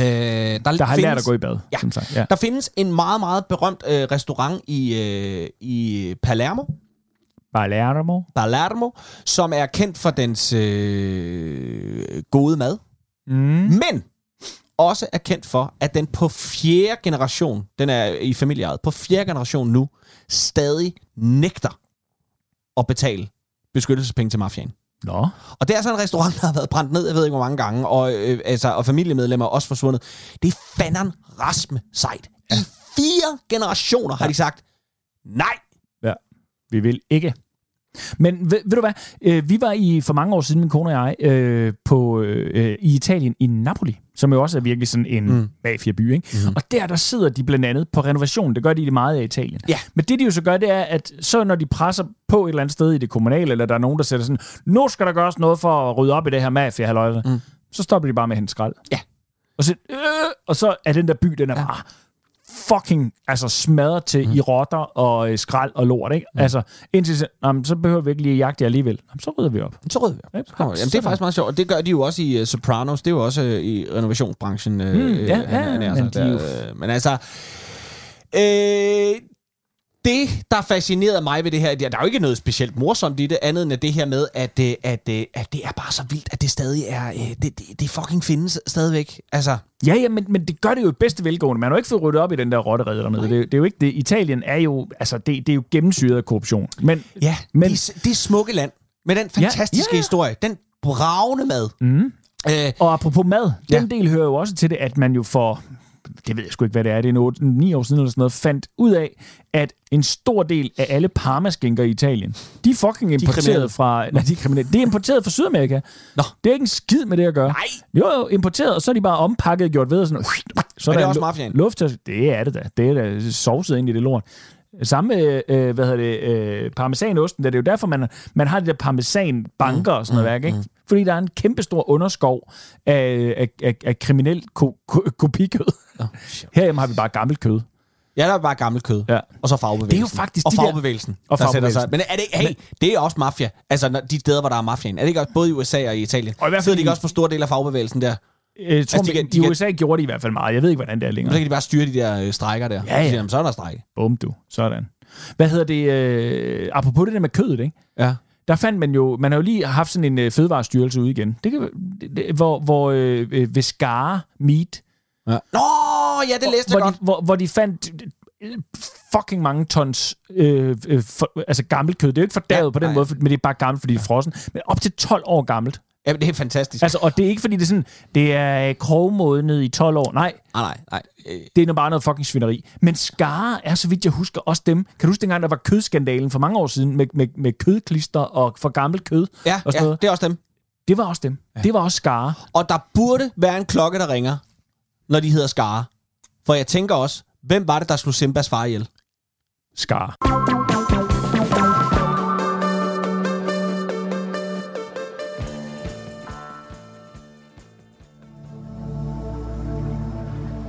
[SPEAKER 3] Øh,
[SPEAKER 5] Der har lært at gå i bad,
[SPEAKER 3] Ja.
[SPEAKER 5] som sagt. Ja.
[SPEAKER 3] Der findes en meget, meget berømt øh, restaurant i, øh, i Palermo,
[SPEAKER 5] Bare lærer dig, mor.
[SPEAKER 3] Palermo, som er kendt for dens øh, gode mad, mm. men også er kendt for, at den på fjerde generation, den er i familieejet, på fjerde generation nu, stadig nægter at betale beskyttelsespenge til mafiaen.
[SPEAKER 5] Nå.
[SPEAKER 3] Og det er altså en restaurant, der har været brændt ned, jeg ved ikke hvor mange gange, og, øh, altså, og familiemedlemmer er også forsvundet. Det er fanden rasme sejt. I fire generationer har de sagt, nej,
[SPEAKER 5] Ja, vi vil ikke. Men ved, ved du hvad, øh, vi var i for mange år siden, min kone og jeg, øh, på, øh, i Italien, i Napoli, som jo også er virkelig sådan en mm. mafiaby, ikke? Mm. Og der, der sidder de blandt andet på renovation. Det gør de i det meget af Italien.
[SPEAKER 3] Ja.
[SPEAKER 5] Men det, de jo så gør, det er, at så når de presser på et eller andet sted i det kommunale, eller der er nogen, der sætter sådan, nu skal der gøres noget for at rydde op i det her mafia mm. så stopper de bare med at hente skrald.
[SPEAKER 3] Ja.
[SPEAKER 5] Og så, øh, og så er den der by, den er ja. bare fucking altså smadret til mm. i rotter og øh, skrald og lort, ikke? Mm. Altså, indtil så, jamen, så behøver vi ikke lige at jagte jer alligevel. Jamen, så rydder vi op.
[SPEAKER 3] så rød vi op.
[SPEAKER 5] Yep.
[SPEAKER 3] Jamen, det er faktisk meget sjovt, og det gør de jo også i uh, Sopranos, det er jo også uh, i renovationsbranchen. Uh, mm,
[SPEAKER 5] ja, ja, men
[SPEAKER 3] men,
[SPEAKER 5] de er jo-
[SPEAKER 3] der, uh, men altså, øh, det, der fascinerede mig ved det her, der er jo ikke noget specielt morsomt i det, andet end at det her med, at, øh, at, øh, at det er bare så vildt, at det stadig er, øh, det, det, det fucking findes stadigvæk. Altså,
[SPEAKER 5] Ja, ja, men, men det gør det jo i bedste velgående. Man har jo ikke fået ryddet op i den der rotterede dernede. Det, er jo- det er jo ikke det. Italien er jo, altså, det, det er jo gennemsyret af korruption. Men,
[SPEAKER 3] Ja,
[SPEAKER 5] Men-
[SPEAKER 3] men... det, er- det smukke land med den fantastiske
[SPEAKER 5] ja, ja.
[SPEAKER 3] historie, den bravende mad. Mm. Øh,
[SPEAKER 5] og apropos mad, den
[SPEAKER 3] Ja.
[SPEAKER 5] del hører jo også til det, at man jo for det ved jeg sgu ikke, hvad det er, det er en 8, 9 år siden eller sådan noget, fandt ud af, at en stor del af alle parmaskinker i Italien, de er fucking importeret
[SPEAKER 3] kriminelle.
[SPEAKER 5] fra... Nej, de er kriminelle. Det er importeret fra Sydamerika. Nå. Det er ikke en skid med det at gøre. Nej. Jo, jo, importeret, og så er de bare ompakket og gjort ved, og sådan... Så
[SPEAKER 3] det
[SPEAKER 5] en
[SPEAKER 3] også
[SPEAKER 5] lu-
[SPEAKER 3] mafiaen?
[SPEAKER 5] Lufttest, det er det da. Det er da sovset ind i det lort. Samme med, øh, hvad hedder det, øh, parmesanosten, der. det er jo derfor, man, man har de der parmesanbanker
[SPEAKER 3] Mm,
[SPEAKER 5] og sådan noget værk, ikke? Fordi der er en kæmpestor underskov af, af, af, af kriminel ko, ko, kopikød. *laughs* Herhjemme har vi bare gammelt kød.
[SPEAKER 3] Ja, der er bare gammelt kød.
[SPEAKER 5] Ja.
[SPEAKER 3] Og så fagbevægelsen.
[SPEAKER 5] Det er jo faktisk
[SPEAKER 3] og
[SPEAKER 5] de der-
[SPEAKER 3] fagbevægelsen, der...
[SPEAKER 5] Og
[SPEAKER 3] sætter sig.
[SPEAKER 5] fagbevægelsen.
[SPEAKER 3] Men er det ikke... Hey, det er også mafia. Altså, når- de steder, hvor der er mafiaen. Er det ikke også både i USA og i Italien?
[SPEAKER 5] Og i hvert fald
[SPEAKER 3] Sidder de ikke
[SPEAKER 5] i-
[SPEAKER 3] også på store dele af fagbevægelsen der?
[SPEAKER 5] Jeg tror,
[SPEAKER 3] de
[SPEAKER 5] altså,
[SPEAKER 3] kan-
[SPEAKER 5] de,
[SPEAKER 3] de
[SPEAKER 5] de,
[SPEAKER 3] kan-
[SPEAKER 5] de USA gjorde det i hvert fald meget. Jeg ved ikke, hvordan det er
[SPEAKER 3] Så
[SPEAKER 5] længere.
[SPEAKER 3] kan de bare styre de der øh, strækker der.
[SPEAKER 5] Ja, ja.
[SPEAKER 3] Så siger, de, så er der strække.
[SPEAKER 5] Bum, du. Sådan. Hvad hedder det? Øh, apropos det der med kødet, ikke?
[SPEAKER 3] Ja.
[SPEAKER 5] der fandt man jo, man har jo lige haft sådan en øh, fødevarestyrelse ude igen, det kan, det, det, hvor, hvor øh, øh, Viscara Meat,
[SPEAKER 3] Nå, ja, det læste jeg
[SPEAKER 5] hvor,
[SPEAKER 3] godt.
[SPEAKER 5] de, hvor, hvor de fandt øh, fucking mange tons øh, øh, for, altså gammelt kød. Det er jo ikke fordærvet
[SPEAKER 3] Ja,
[SPEAKER 5] ja, på den
[SPEAKER 3] nej.
[SPEAKER 5] nej. måde, for- men det er bare gammelt, fordi det er frossen. Men op til 12 år gammelt.
[SPEAKER 3] Ja, det er fantastisk.
[SPEAKER 5] Altså, og det er ikke, fordi det er sådan, det er øh, krogmodnet i 12 år. Nej,
[SPEAKER 3] Ah, nej, nej. Øh,
[SPEAKER 5] det er nu bare noget fucking svineri. Men skare er, så vidt jeg husker, også dem. Kan du huske dengang, der var kødskandalen for mange år siden med, med, med kødklister og for gammelt kød?
[SPEAKER 3] Ja,
[SPEAKER 5] og sådan
[SPEAKER 3] ja
[SPEAKER 5] noget?
[SPEAKER 3] det er også dem.
[SPEAKER 5] Det var også dem. Ja. Det var også skare.
[SPEAKER 3] Og der burde være en klokke, der ringer, når de hedder Skare. For jeg tænker også, hvem var det, der slog Simbas far ihjel?
[SPEAKER 5] Skar.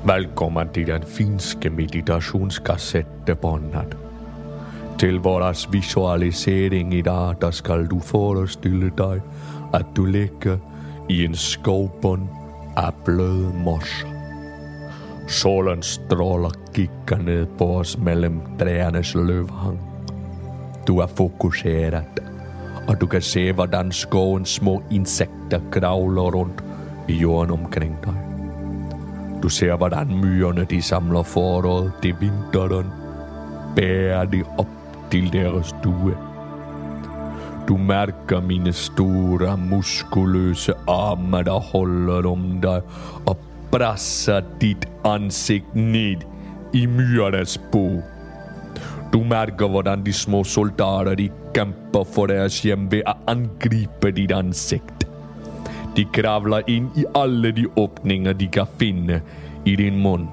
[SPEAKER 7] Välkommen till den finska meditationskassettbandet. Till våras visualisering idag där skall du föreställa dig att du ligger i en skovbund av blödmossa. Solen strålar kickar ned på oss mellan trädens lövhang. Du är fokuserad och du kan se hvordan skogens små insekter kravlar runt i jorden omkring dig. Du ser, hvordan myrerne de samler foråret til vinteren. Bærer det op til deres stue. Du mærker mine store, muskuløse arme, der holder om dig og presser dit ansigt ned i myrernes bog. Du mærker, hvordan de små soldater de kæmper for deres hjem ved at angribe dit ansigt. De kravler ind i alle de åbninger, de kan finde. I din mund,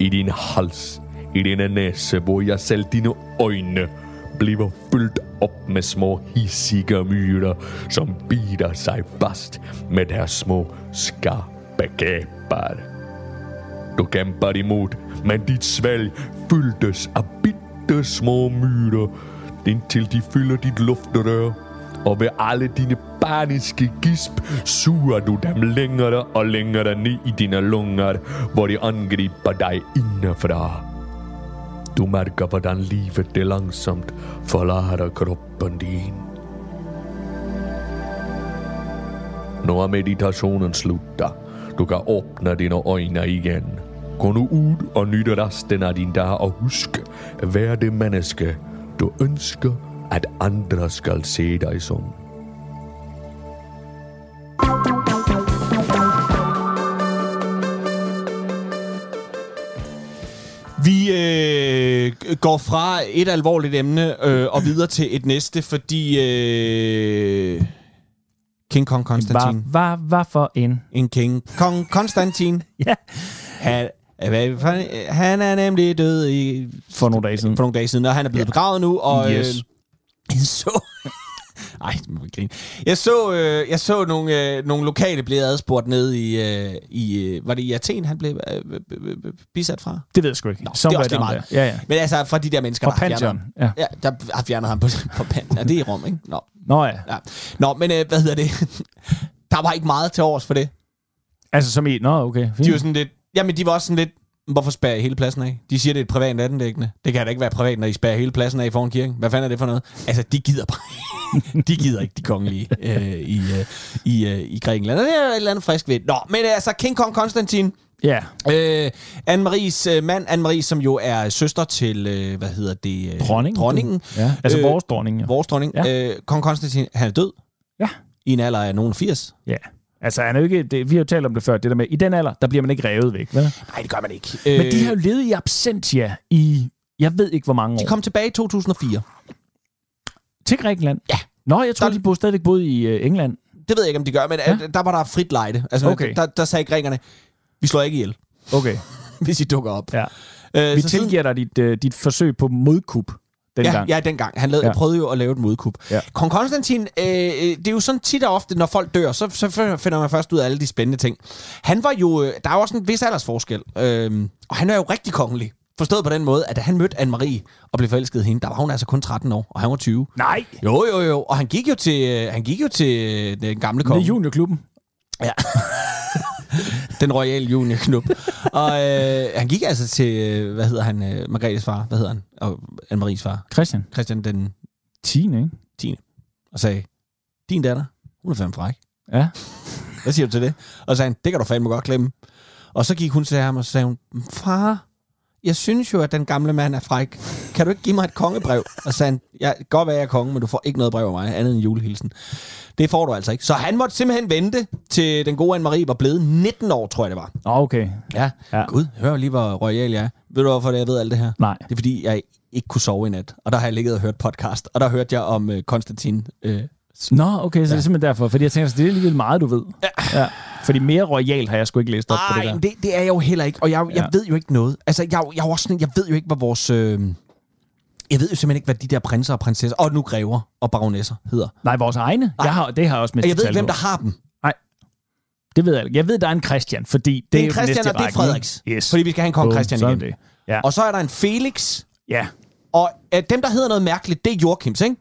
[SPEAKER 7] i din hals, i din næse, hvor jeg selv dine øjne bliver fyldt op med små hissige myrer, som bider sig fast med deres små skarpe kæber. Du kæmper imod, men dit svælg fyldtes af bitte små myrer, indtil de fylder dit luftrør. Og ved alle dine paniske gisp, suger du dem længere og længere ned i dine lunger, hvor de angriber dig indefra. Du mærker, hvordan livet det langsomt forlader kroppen din. Nu er meditationen slut. da. Du kan åbne dine øjne igen. Gå nu ud og nyde resten af din dag og husk, at være det menneske, du ønsker, at andre skal se dig som.
[SPEAKER 3] Vi øh, går fra et alvorligt emne øh, og videre til et næste, fordi øh, King Kong Konstantin.
[SPEAKER 5] Var, var, var for en...
[SPEAKER 3] En King Kong Konstantin.
[SPEAKER 5] *laughs* Ja.
[SPEAKER 3] Han, øh, hvad fanden- han er nemlig død i,
[SPEAKER 5] For nogle dage siden.
[SPEAKER 3] for nogle dage siden, og han er blevet ja. begravet nu. Og,
[SPEAKER 5] Yes.
[SPEAKER 3] øh, jeg så... *laughs* Ej, det må vi grine. Jeg så, øh, jeg så nogle, øh, nogle lokale blive adspurgt ned i, øh, i øh, var det i Athen, han blev øh, øh, øh, øh, bisat fra?
[SPEAKER 5] Det ved jeg sgu ikke.
[SPEAKER 3] Nå,
[SPEAKER 5] Somewhere
[SPEAKER 3] det er også
[SPEAKER 5] down
[SPEAKER 3] lige meget.
[SPEAKER 5] there. Ja, ja.
[SPEAKER 3] Men altså fra de der mennesker,
[SPEAKER 5] Fra
[SPEAKER 3] der har fjernet
[SPEAKER 5] Pantheon,
[SPEAKER 3] ham.
[SPEAKER 5] ja.
[SPEAKER 3] ja. der har fjernet ham på, på Pantheon. Det er i Rom, ikke? Nå,
[SPEAKER 5] Nå ja.
[SPEAKER 3] ja. Nå men øh, hvad hedder det? *laughs* der var ikke meget til overs for det.
[SPEAKER 5] Altså som i... Nå, okay. Fint.
[SPEAKER 3] De var sådan lidt... Jamen, de var også sådan lidt... Hvorfor spærrer I hele pladsen af? De siger, det er et privat nattendækkende. Det kan da ikke være privat, når I spærrer hele pladsen af foran kirken. Hvad fanden er det for noget? Altså, de gider bare... de gider ikke de kongelige øh, i, øh, i, øh, i Grækenland. Og det er et eller andet frisk ved. Nå, men altså, King Kong Konstantin...
[SPEAKER 5] Ja.
[SPEAKER 3] Øh, Anne-Maries øh, mand, Anne-Marie, som jo er søster til, øh, hvad hedder det? Øh,
[SPEAKER 5] Dronningen.
[SPEAKER 3] Dronningen.
[SPEAKER 5] du. Ja. Altså øh, vores dronning, jo.
[SPEAKER 3] Vores dronning. Ja.
[SPEAKER 5] Ja.
[SPEAKER 3] Øh, Kong Konstantin, han er død
[SPEAKER 5] Ja.
[SPEAKER 3] i en alder af nogen 80.
[SPEAKER 5] Ja. Altså, han er jo ikke, det, vi har jo talt om det før, det der med, i den alder, der bliver man ikke revet væk. Vel?
[SPEAKER 3] Nej, det gør man ikke.
[SPEAKER 5] Men de har jo levet i absentia i, jeg ved ikke hvor mange
[SPEAKER 3] de
[SPEAKER 5] år.
[SPEAKER 3] kom tilbage i 2004.
[SPEAKER 5] Til Grækenland? Ja. Nå, jeg tror,
[SPEAKER 3] Der-
[SPEAKER 5] de boede stadigvæk boede i øh, England.
[SPEAKER 3] Det ved jeg ikke, om de gør, men ja. der var der frit lejde. Altså,
[SPEAKER 5] Okay.
[SPEAKER 3] der, der sagde grækerne, vi slår ikke ihjel,
[SPEAKER 5] Okay.
[SPEAKER 3] *laughs* hvis I dukker op.
[SPEAKER 5] Ja.
[SPEAKER 3] Øh,
[SPEAKER 5] Vi
[SPEAKER 3] så siden-
[SPEAKER 5] tilgiver dig dit, øh, dit forsøg på modkup dengang.
[SPEAKER 3] Ja, ja, dengang. Han lavede,
[SPEAKER 5] Ja.
[SPEAKER 3] ja. prøvede jo at lave et modkup.
[SPEAKER 5] Ja.
[SPEAKER 3] Ja. Kong Konstantin, øh, øh, det er jo sådan tit og ofte, når folk dør, så, så finder man først ud af alle de spændende ting. Han var jo, øh, der er jo også en vis aldersforskel, øh, og han er jo rigtig kongelig. Forstået på den måde, at da han mødte Anne-Marie og blev forelsket i hende, der var hun altså kun 13 år, og han var 20.
[SPEAKER 5] Nej!
[SPEAKER 3] Jo, jo, jo. Og han gik jo til, øh, han gik jo til øh, den gamle
[SPEAKER 5] Det
[SPEAKER 3] konge.
[SPEAKER 5] er juniorklubben.
[SPEAKER 3] *laughs* Den royale junior knup. og øh, han gik altså til, øh, hvad hedder han, øh, Margrethes far, hvad hedder han? Og Anne-Maries far,
[SPEAKER 5] Christian.
[SPEAKER 3] Christian den
[SPEAKER 5] 10, ikke?
[SPEAKER 3] og sagde, din datter, hun er fandme fræk.
[SPEAKER 5] Ja.
[SPEAKER 3] Hvad siger du til det? Og så sagde han, det kan du fandme godt klemme. Og så gik hun til ham, og så sagde hun, far, jeg synes jo, at den gamle mand er fræk. Kan du ikke give mig et kongebrev? Og så sagde han, jeg kan godt være, jeg er konge, men du får ikke noget brev af mig, andet end en julehilsen. Det får du altså ikke. Så han måtte simpelthen vente, til den gode Anne-Marie var blevet 19 år, tror jeg det var.
[SPEAKER 5] Oh, okay.
[SPEAKER 3] Ja.
[SPEAKER 5] Ja.
[SPEAKER 3] ja. Gud, hør jo lige, hvor royal jeg er. Ved du, hvorfor det er, jeg ved alt det her?
[SPEAKER 5] Nej.
[SPEAKER 3] Det er, fordi jeg ikke kunne sove i nat. Og der har jeg ligget og hørt podcast. Og der hørte jeg om øh, Konstantin øh,
[SPEAKER 5] Nå, okay, så ja. det er simpelthen derfor. Fordi jeg tænker, så det er alligevel meget, du ved. Ja. ja. Fordi mere royal har jeg sgu ikke læst op på det
[SPEAKER 3] Nej,
[SPEAKER 5] der.
[SPEAKER 3] det, det er jeg jo heller ikke, og jeg, jeg
[SPEAKER 5] Ja.
[SPEAKER 3] ved jo ikke noget. Altså, jeg, jeg, er jo også sådan, jeg ved jo ikke, hvad vores... Øh, jeg ved jo simpelthen ikke, hvad de der prinser og prinsesser, og nu grever og baronesser hedder.
[SPEAKER 5] Nej, vores egne. Jeg har, det har jeg også mistet
[SPEAKER 3] Og jeg ved
[SPEAKER 5] tal
[SPEAKER 3] ikke, hvem
[SPEAKER 5] på.
[SPEAKER 3] der har dem.
[SPEAKER 5] Det ved jeg ikke. Jeg ved, der er en Christian, fordi det,
[SPEAKER 3] Det er
[SPEAKER 5] jo
[SPEAKER 3] en
[SPEAKER 5] den
[SPEAKER 3] Christian,
[SPEAKER 5] næste i
[SPEAKER 3] og det er
[SPEAKER 5] rækken,
[SPEAKER 3] Frederiks.
[SPEAKER 5] ikke? Yes.
[SPEAKER 3] Fordi vi skal have en kong
[SPEAKER 5] Boom,
[SPEAKER 3] Christian
[SPEAKER 5] sådan
[SPEAKER 3] igen.
[SPEAKER 5] er det. Ja.
[SPEAKER 3] Og så er der en Felix,
[SPEAKER 5] ja.
[SPEAKER 3] og øh, dem, der hedder noget mærkeligt, det er Joachims, ikke?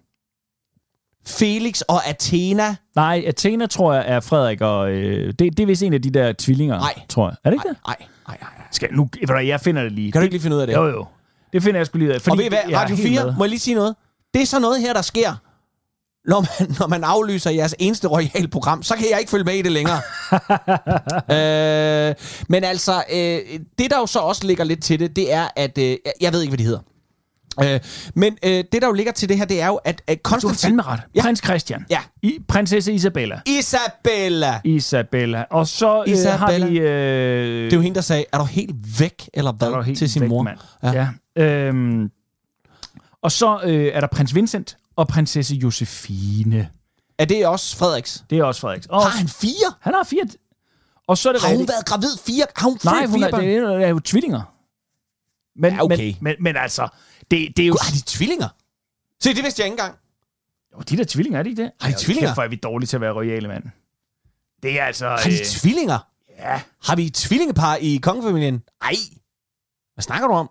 [SPEAKER 3] Felix og Athena.
[SPEAKER 5] Nej, Athena tror jeg er Frederik, og øh, det, det er vist en af de der tvillinger,
[SPEAKER 3] Nej.
[SPEAKER 5] tror jeg. Er det ikke det?
[SPEAKER 3] Nej, nej, nej.
[SPEAKER 5] Skal, jeg- nu, ved du hvad, jeg finder det lige.
[SPEAKER 3] Kan du ikke lige finde ud af det?
[SPEAKER 5] Jo, jo. Det finder jeg sgu lige ud af.
[SPEAKER 3] og ved I hvad,
[SPEAKER 5] jeg er
[SPEAKER 3] Radio
[SPEAKER 5] helt
[SPEAKER 3] 4,
[SPEAKER 5] med.
[SPEAKER 3] må jeg lige sige noget? Det er sådan noget her, der sker, når man, *laughs* når man aflyser jeres eneste royale program. Så kan jeg ikke følge med i det
[SPEAKER 5] *laughs*
[SPEAKER 3] længere. øh, men altså, øh, det der jo så også ligger lidt til det, det er, at... Øh, jeg ved ikke, hvad de hedder. Øh, men øh, det der jo ligger til det her, det er jo, at, at
[SPEAKER 5] Du har
[SPEAKER 3] Konstantin...
[SPEAKER 5] fandme ret.
[SPEAKER 3] Ja.
[SPEAKER 5] Prins Christian.
[SPEAKER 3] Ja.
[SPEAKER 5] I, prinsesse Isabella.
[SPEAKER 3] Isabella!
[SPEAKER 5] Isabella. Og så øh,
[SPEAKER 3] Isabella.
[SPEAKER 5] har vi... Øh,
[SPEAKER 3] Det er jo hende, der sagde, er du helt væk, eller hvad,
[SPEAKER 5] er jo helt
[SPEAKER 3] til sin
[SPEAKER 5] væk,
[SPEAKER 3] mor?
[SPEAKER 5] Mand. Ja. ja. Øhm, og så øh, er der prins Vincent og prinsesse Josefine.
[SPEAKER 3] Er det også Frederiks?
[SPEAKER 5] Det er også Frederiks. Og
[SPEAKER 3] Har han fire?
[SPEAKER 5] han har fire... Og så er det
[SPEAKER 3] Har hun
[SPEAKER 5] rigtigt-
[SPEAKER 3] været gravid fire? Har hun
[SPEAKER 5] Nej,
[SPEAKER 3] født
[SPEAKER 5] hun
[SPEAKER 3] fire
[SPEAKER 5] er,
[SPEAKER 3] børn?
[SPEAKER 5] det er, det er jo tvillinger. Men,
[SPEAKER 3] Ja, okay.
[SPEAKER 5] men, men, men altså, det, det er jo...
[SPEAKER 3] Gud, har de tvillinger? Se, det vidste jeg ikke engang.
[SPEAKER 5] Jo, de der tvillinger, er det ikke det?
[SPEAKER 3] Har de tvillinger?
[SPEAKER 5] Derfor er vi dårlige til at være royale, mand. Det er altså...
[SPEAKER 3] Har de
[SPEAKER 5] øh,
[SPEAKER 3] tvillinger? Ja. Har vi tvillingepar i kongefamilien? Ej. Hvad snakker du om?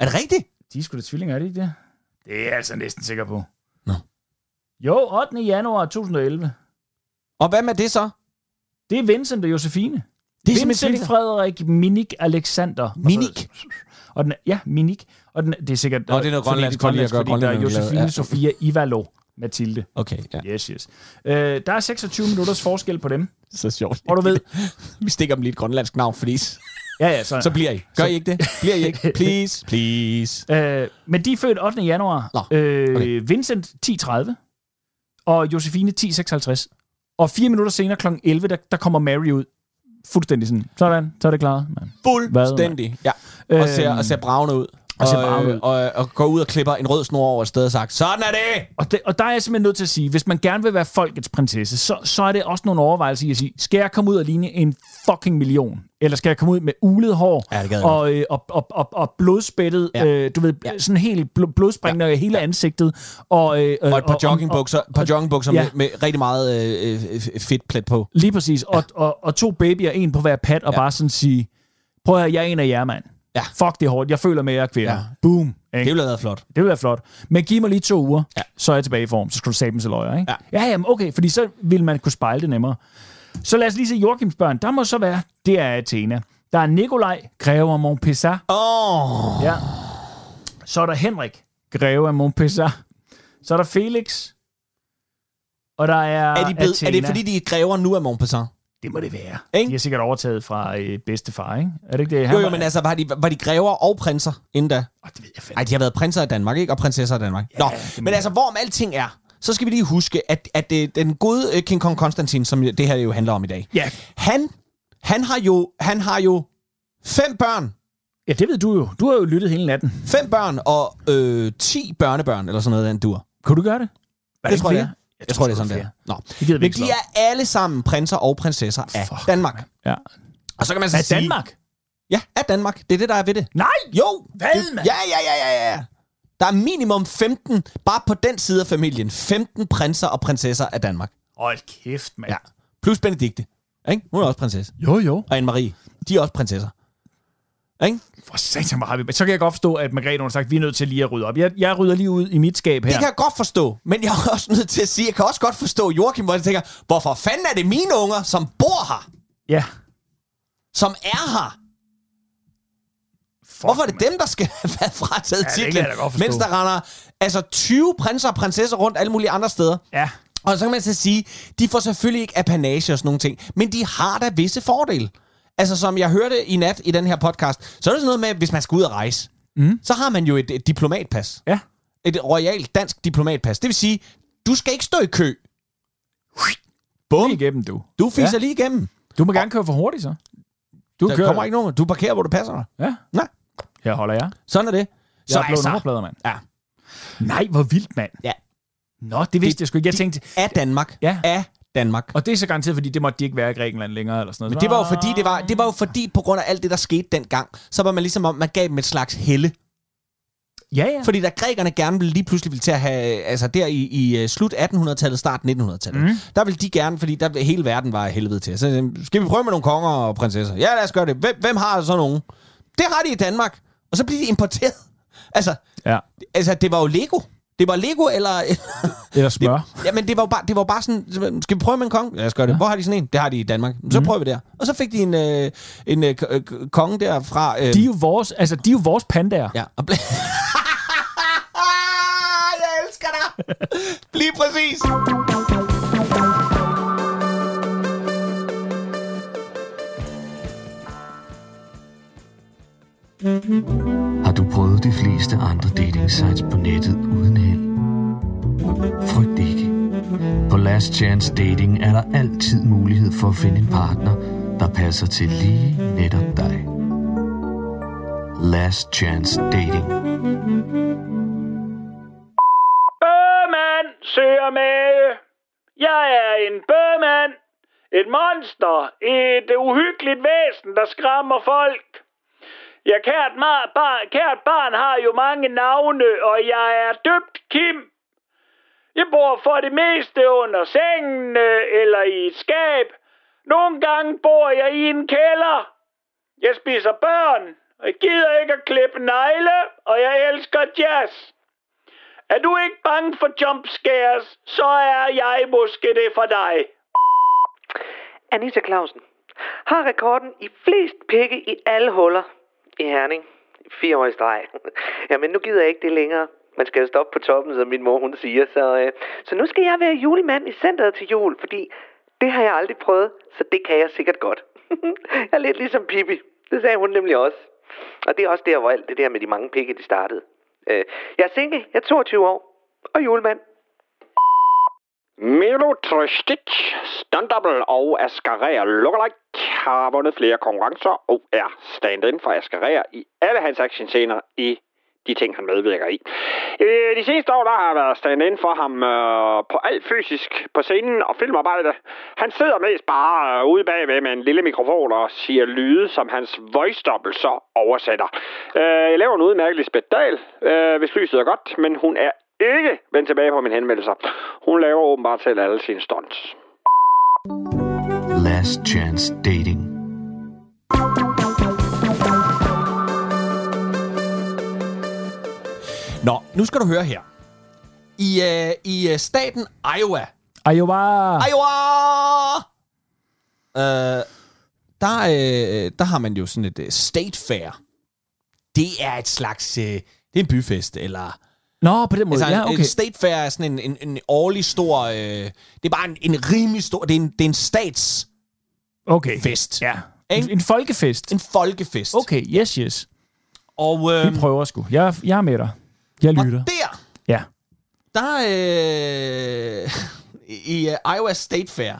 [SPEAKER 3] Er det rigtigt?
[SPEAKER 5] de er sgu da tvillinger, er det ikke det? Det er jeg altså næsten sikker på.
[SPEAKER 3] Nå.
[SPEAKER 5] Jo, 8. januar 2011.
[SPEAKER 3] Og hvad med det så?
[SPEAKER 5] Det er Vincent og Josefine.
[SPEAKER 3] Det er
[SPEAKER 5] Vincent,
[SPEAKER 3] tvillinger.
[SPEAKER 5] Frederik, Minik, Alexander.
[SPEAKER 3] Minik?
[SPEAKER 5] Og så, og den, ja, Minik. Og den, det er sikkert...
[SPEAKER 3] Nå, det er noget
[SPEAKER 5] fordi
[SPEAKER 3] grønlandsk,
[SPEAKER 5] det er
[SPEAKER 3] fordi jeg gør
[SPEAKER 5] fordi der er
[SPEAKER 3] grønlænderne glade.
[SPEAKER 5] Josefine,
[SPEAKER 3] Ja.
[SPEAKER 5] Sofia, Ivalo, Mathilde.
[SPEAKER 3] Okay, ja.
[SPEAKER 5] Yes, yes. Øh, der er 26 minutters forskel på dem.
[SPEAKER 3] Så sjovt.
[SPEAKER 5] Og du ved...
[SPEAKER 3] *laughs* Vi stikker dem lige et grønlandsk navn, fordi
[SPEAKER 5] Ja, ja, Altså, så,
[SPEAKER 3] så bliver I. Gør I
[SPEAKER 5] *laughs*
[SPEAKER 3] ikke det? Bliver I ikke? Please. Please.
[SPEAKER 5] Øh, men de er født 8. januar.
[SPEAKER 3] Nå,
[SPEAKER 5] øh,
[SPEAKER 3] okay.
[SPEAKER 5] Vincent 10.30 og Josefine 10.56. Og fire minutter senere kl. 11, der, der kommer Mary ud. Fuldstændig sådan. Sådan, så er det klaret. Man.
[SPEAKER 3] Fuldstændig. Ja. Og ser,
[SPEAKER 5] Øhm,
[SPEAKER 3] og ser bravende ud.
[SPEAKER 5] og ser bravende
[SPEAKER 3] øh,
[SPEAKER 5] ud.
[SPEAKER 3] Og, og, går ud og klipper en rød snor over et sted og sagt, sådan er det!
[SPEAKER 5] Og, det, og der er jeg simpelthen nødt til at sige, hvis man gerne vil være folkets prinsesse, så, så er det også nogle overvejelser i at sige, skal jeg komme ud og ligne en fucking million? Eller skal jeg komme ud med ulet hår
[SPEAKER 3] Ja, det gad jeg
[SPEAKER 5] og, øh, og, og, og, og blodspættet, ja.
[SPEAKER 3] Ja.
[SPEAKER 5] øh, du ved, ja. sådan helt bl- blodspringende ja. hele ansigtet. Og, øh,
[SPEAKER 3] Og et par joggingbukser, par joggingbukser
[SPEAKER 5] ja.
[SPEAKER 3] med, med rigtig meget øh, øh, fedt plet på.
[SPEAKER 5] Lige præcis. Og, ja. og, og to babyer, en på hver pat, og ja. bare sådan sige, prøv at høre, jeg er en af jer, mand.
[SPEAKER 3] Ja.
[SPEAKER 5] Fuck, det er hårdt. Jeg føler med jer, kvinder. Ja.
[SPEAKER 3] Ja.
[SPEAKER 5] Boom. Ikke?
[SPEAKER 3] Det
[SPEAKER 5] Det,
[SPEAKER 3] ville have været flot.
[SPEAKER 5] det vil være flot. Men giv mig lige to uger, ja. så er jeg tilbage i form. Så skal du sæbe til løjer, ikke? Ja, ja jamen, okay, fordi så vil man kunne spejle det nemmere. Så lad os lige se Joachims børn. Der må så være, det er Athena. Der er Nikolaj, greve af Montpessat.
[SPEAKER 3] Åh! Oh.
[SPEAKER 5] Ja. Så er der Henrik, greve af Montpessat. Så er der Felix. Og der er
[SPEAKER 3] Er, de blevet, er det
[SPEAKER 5] Athena.
[SPEAKER 3] fordi, de græver nu af Montpessant?
[SPEAKER 5] Det må det være.
[SPEAKER 3] Ikke?
[SPEAKER 5] De har sikkert overtaget fra øh, bedstefar, ikke? Er det ikke det?
[SPEAKER 3] Jo, jo,
[SPEAKER 5] var-
[SPEAKER 3] men altså, var de, var de græver og prinser inden da?
[SPEAKER 5] Åh, det ved jeg fandme.
[SPEAKER 3] Nej, de har været prinser af Danmark, ikke? Og prinsesser af Danmark. Ja, Nå,
[SPEAKER 5] det må
[SPEAKER 3] men
[SPEAKER 5] de
[SPEAKER 3] altså, hvorom alting er, så skal vi lige huske, at, at øh, den gode øh, King Kong Konstantin, som det her jo handler om i dag,
[SPEAKER 5] Ja.
[SPEAKER 3] han, han, har jo, han har jo fem børn,
[SPEAKER 5] ja, det ved du jo. Du har jo lyttet hele natten.
[SPEAKER 3] fem børn og øh, ti børnebørn, eller sådan noget, den dur.
[SPEAKER 5] Kunne du gøre det? Var
[SPEAKER 3] Det tror
[SPEAKER 5] ikke
[SPEAKER 3] jeg, det er.
[SPEAKER 5] flere?
[SPEAKER 3] Jeg, jeg tror, det er
[SPEAKER 5] sgu,
[SPEAKER 3] sådan, det er. Nå.
[SPEAKER 5] Det gider vi
[SPEAKER 3] Men
[SPEAKER 5] ikke
[SPEAKER 3] de
[SPEAKER 5] slå op.
[SPEAKER 3] er alle sammen prinser og prinsesser af
[SPEAKER 5] Fuck,
[SPEAKER 3] Danmark.
[SPEAKER 5] Ja.
[SPEAKER 3] Og så kan man så
[SPEAKER 5] Er
[SPEAKER 3] sige...
[SPEAKER 5] Danmark?
[SPEAKER 3] Ja, af Danmark. Det er det, der er ved det.
[SPEAKER 5] Nej!
[SPEAKER 3] Jo!
[SPEAKER 6] Hvad,
[SPEAKER 3] det,
[SPEAKER 6] mand?
[SPEAKER 3] Ja, ja, ja, ja, ja. Der er minimum 15, bare på den side af familien, 15 prinser og prinsesser af Danmark.
[SPEAKER 5] Hold kæft, mand.
[SPEAKER 3] Ja. Plus Benedikte. Ikke? Hun er også prinsesse.
[SPEAKER 5] Jo, jo.
[SPEAKER 3] Og Anne-Marie. De er også prinsesser. Ikke?
[SPEAKER 5] For satan, hvor har vi... Men Så kan jeg godt forstå, at Margrethe hun har sagt, at vi er nødt til lige at rydde op. Jeg, jeg rydder lige ud i mit skab her.
[SPEAKER 3] Det kan jeg godt forstå. Men jeg er også nødt til at sige, jeg kan også godt forstå Joachim, hvor jeg tænker, hvorfor fanden er det mine unger, som bor her?
[SPEAKER 5] Ja.
[SPEAKER 3] Som er her?
[SPEAKER 5] Fuck,
[SPEAKER 3] Hvorfor er det
[SPEAKER 5] mand.
[SPEAKER 3] dem, der skal *laughs* være frataget
[SPEAKER 5] Ja, det kan
[SPEAKER 3] titlen,
[SPEAKER 5] jeg da godt forstå.
[SPEAKER 3] mens der render altså 20 prinser og prinsesser rundt alle mulige andre steder?
[SPEAKER 5] Ja.
[SPEAKER 3] Og så kan man så sige, de får selvfølgelig ikke apanage og sådan nogle ting, men de har da visse fordele. Altså som jeg hørte i nat i den her podcast, så er det sådan noget med, at hvis man skal ud og rejse, mm. så har man jo et, et diplomatpas.
[SPEAKER 5] Ja.
[SPEAKER 3] Et royalt dansk diplomatpas. Det vil sige, du skal ikke stå i kø. Bum.
[SPEAKER 5] Lige igennem, du.
[SPEAKER 3] Du fiser
[SPEAKER 5] Ja.
[SPEAKER 3] ja. lige igennem.
[SPEAKER 5] Du må gerne køre for hurtigt, så. Du
[SPEAKER 3] Der
[SPEAKER 5] kører.
[SPEAKER 3] kommer ikke nogen. Du parkerer, hvor du passer dig.
[SPEAKER 5] Ja.
[SPEAKER 3] Nej.
[SPEAKER 5] Her holder jeg.
[SPEAKER 3] Sådan er det.
[SPEAKER 5] Så jeg er blå
[SPEAKER 3] altså,
[SPEAKER 5] nummerplader, mand.
[SPEAKER 3] Ja.
[SPEAKER 5] Nej, hvor vildt, mand.
[SPEAKER 3] Ja.
[SPEAKER 5] Nå, det vidste jeg sgu ikke. Jeg tænkte,
[SPEAKER 3] af Danmark.
[SPEAKER 5] Ja.
[SPEAKER 3] Af Danmark.
[SPEAKER 5] og det er så garanteret, fordi det måtte de ikke være i Grækenland længere, eller sådan noget.
[SPEAKER 3] Men det var jo fordi, det var, det var jo fordi, på grund af alt det, der skete dengang, så var man ligesom om, man gav dem et slags helle.
[SPEAKER 5] Ja, ja.
[SPEAKER 3] Fordi da grækerne gerne ville lige pludselig ville til at have, altså der i, i øh, slut 1800-tallet, start 1900-tallet,
[SPEAKER 5] Mhm.
[SPEAKER 3] mm. der ville de gerne, fordi der hele verden var af helvede til. Så øh, skal vi prøve med nogle konger og prinsesser? Ja, lad os gøre det. Hvem, hvem har så nogen? Det har de i Danmark. Og så bliver de importeret. Altså,
[SPEAKER 5] Ja.
[SPEAKER 3] altså det var jo Lego. Det var Lego eller,
[SPEAKER 5] Eller smør.
[SPEAKER 3] Ja, men det var jo bare, det var jo bare sådan, skal vi prøve med en konge? Lad os gøre det. Hvor har de sådan en? Det har de i Danmark. Så
[SPEAKER 5] Mhm.
[SPEAKER 3] prøver vi der. Og så fik de en, øh, en øh, k- øh, konge der fra... Øh,
[SPEAKER 5] De er jo vores, altså, de er jo vores pandaer.
[SPEAKER 3] Ja, og ble- Jeg
[SPEAKER 8] é
[SPEAKER 3] elsker dig! Lige præcis!
[SPEAKER 9] har du prøvet de fleste andre dating sites på nettet uden held. Frygt ikke. På Last Chance Dating er der altid mulighed for at finde en partner, der passer til lige netop dig. Last Chance Dating.
[SPEAKER 10] Bøgemand søger mage. Jeg er en bøgemand. Et monster. Et uhyggeligt væsen, der skræmmer folk. Ja, kært, mar- barn, kært barn har jo mange navne, og jeg er døbt Kim. Jeg bor for det meste under sengen øh, eller i et skab. Nogle gange bor jeg i en kælder. Jeg spiser børn, og jeg gider ikke at klippe negle, og jeg elsker jazz. Er du ikke bange for jump scares, så er jeg måske det for dig.
[SPEAKER 11] Anita Clausen har rekorden i flest pikke i alle huller i Herning. Fire år i streg. *laughs* Jamen, nu gider jeg ikke det længere. Man skal jo stoppe på toppen, som min mor hun siger. Så, øh, så nu skal jeg være julemand i centret til jul, fordi det har jeg aldrig prøvet, så det kan jeg sikkert godt. *laughs* jeg er lidt ligesom Pippi. Det sagde hun nemlig også. Og det er også der, hvor alt det der med de mange pikke, det startede. Øh, jeg er single, jeg er 22 år, og julemand.
[SPEAKER 12] Milo Trøstic, Standabel og Ascarer Lookalike har vundet flere konkurrencer og er stand-in for Ascarer i alle hans actionscener i de ting, han medvirker i. Øh, de seneste år der har jeg været stand-in for ham øh, på alt fysisk på scenen og filmarbejde. Han sidder mest bare øh, ude bagved med en lille mikrofon og siger lyde, som hans voice så oversætter. Øh, jeg laver en udmærkelig spedal, øh, hvis lyset er godt, men hun er ikke vende tilbage på min henvendelser. Hun laver åbenbart selv alle sine stunts.
[SPEAKER 9] Last Chance Dating.
[SPEAKER 3] Nå, nu skal du høre her. I, øh, i øh, staten Iowa.
[SPEAKER 5] Iowa.
[SPEAKER 3] Iowa! Øh, der, øh, der har man jo sådan et øh, state fair. Det er et slags... Øh, det er en byfest, eller...
[SPEAKER 5] Nå, på den måde.
[SPEAKER 3] Altså,
[SPEAKER 5] Ja, okay.
[SPEAKER 3] en state fair er sådan en, en, en årlig stor... Øh, det er bare en, en rimelig stor... Det er en, det er en stats...
[SPEAKER 5] Okay.
[SPEAKER 3] fest.
[SPEAKER 5] Ja.
[SPEAKER 3] Ikke?
[SPEAKER 5] En, en folkefest.
[SPEAKER 3] En folkefest.
[SPEAKER 5] Okay, yes, yes.
[SPEAKER 3] Og,
[SPEAKER 5] Vi
[SPEAKER 3] øh,
[SPEAKER 5] prøver sgu. Jeg, jeg er med dig. Jeg
[SPEAKER 3] og
[SPEAKER 5] lytter.
[SPEAKER 3] der
[SPEAKER 5] Ja.
[SPEAKER 3] der øh, i øh, Iowa State Fair,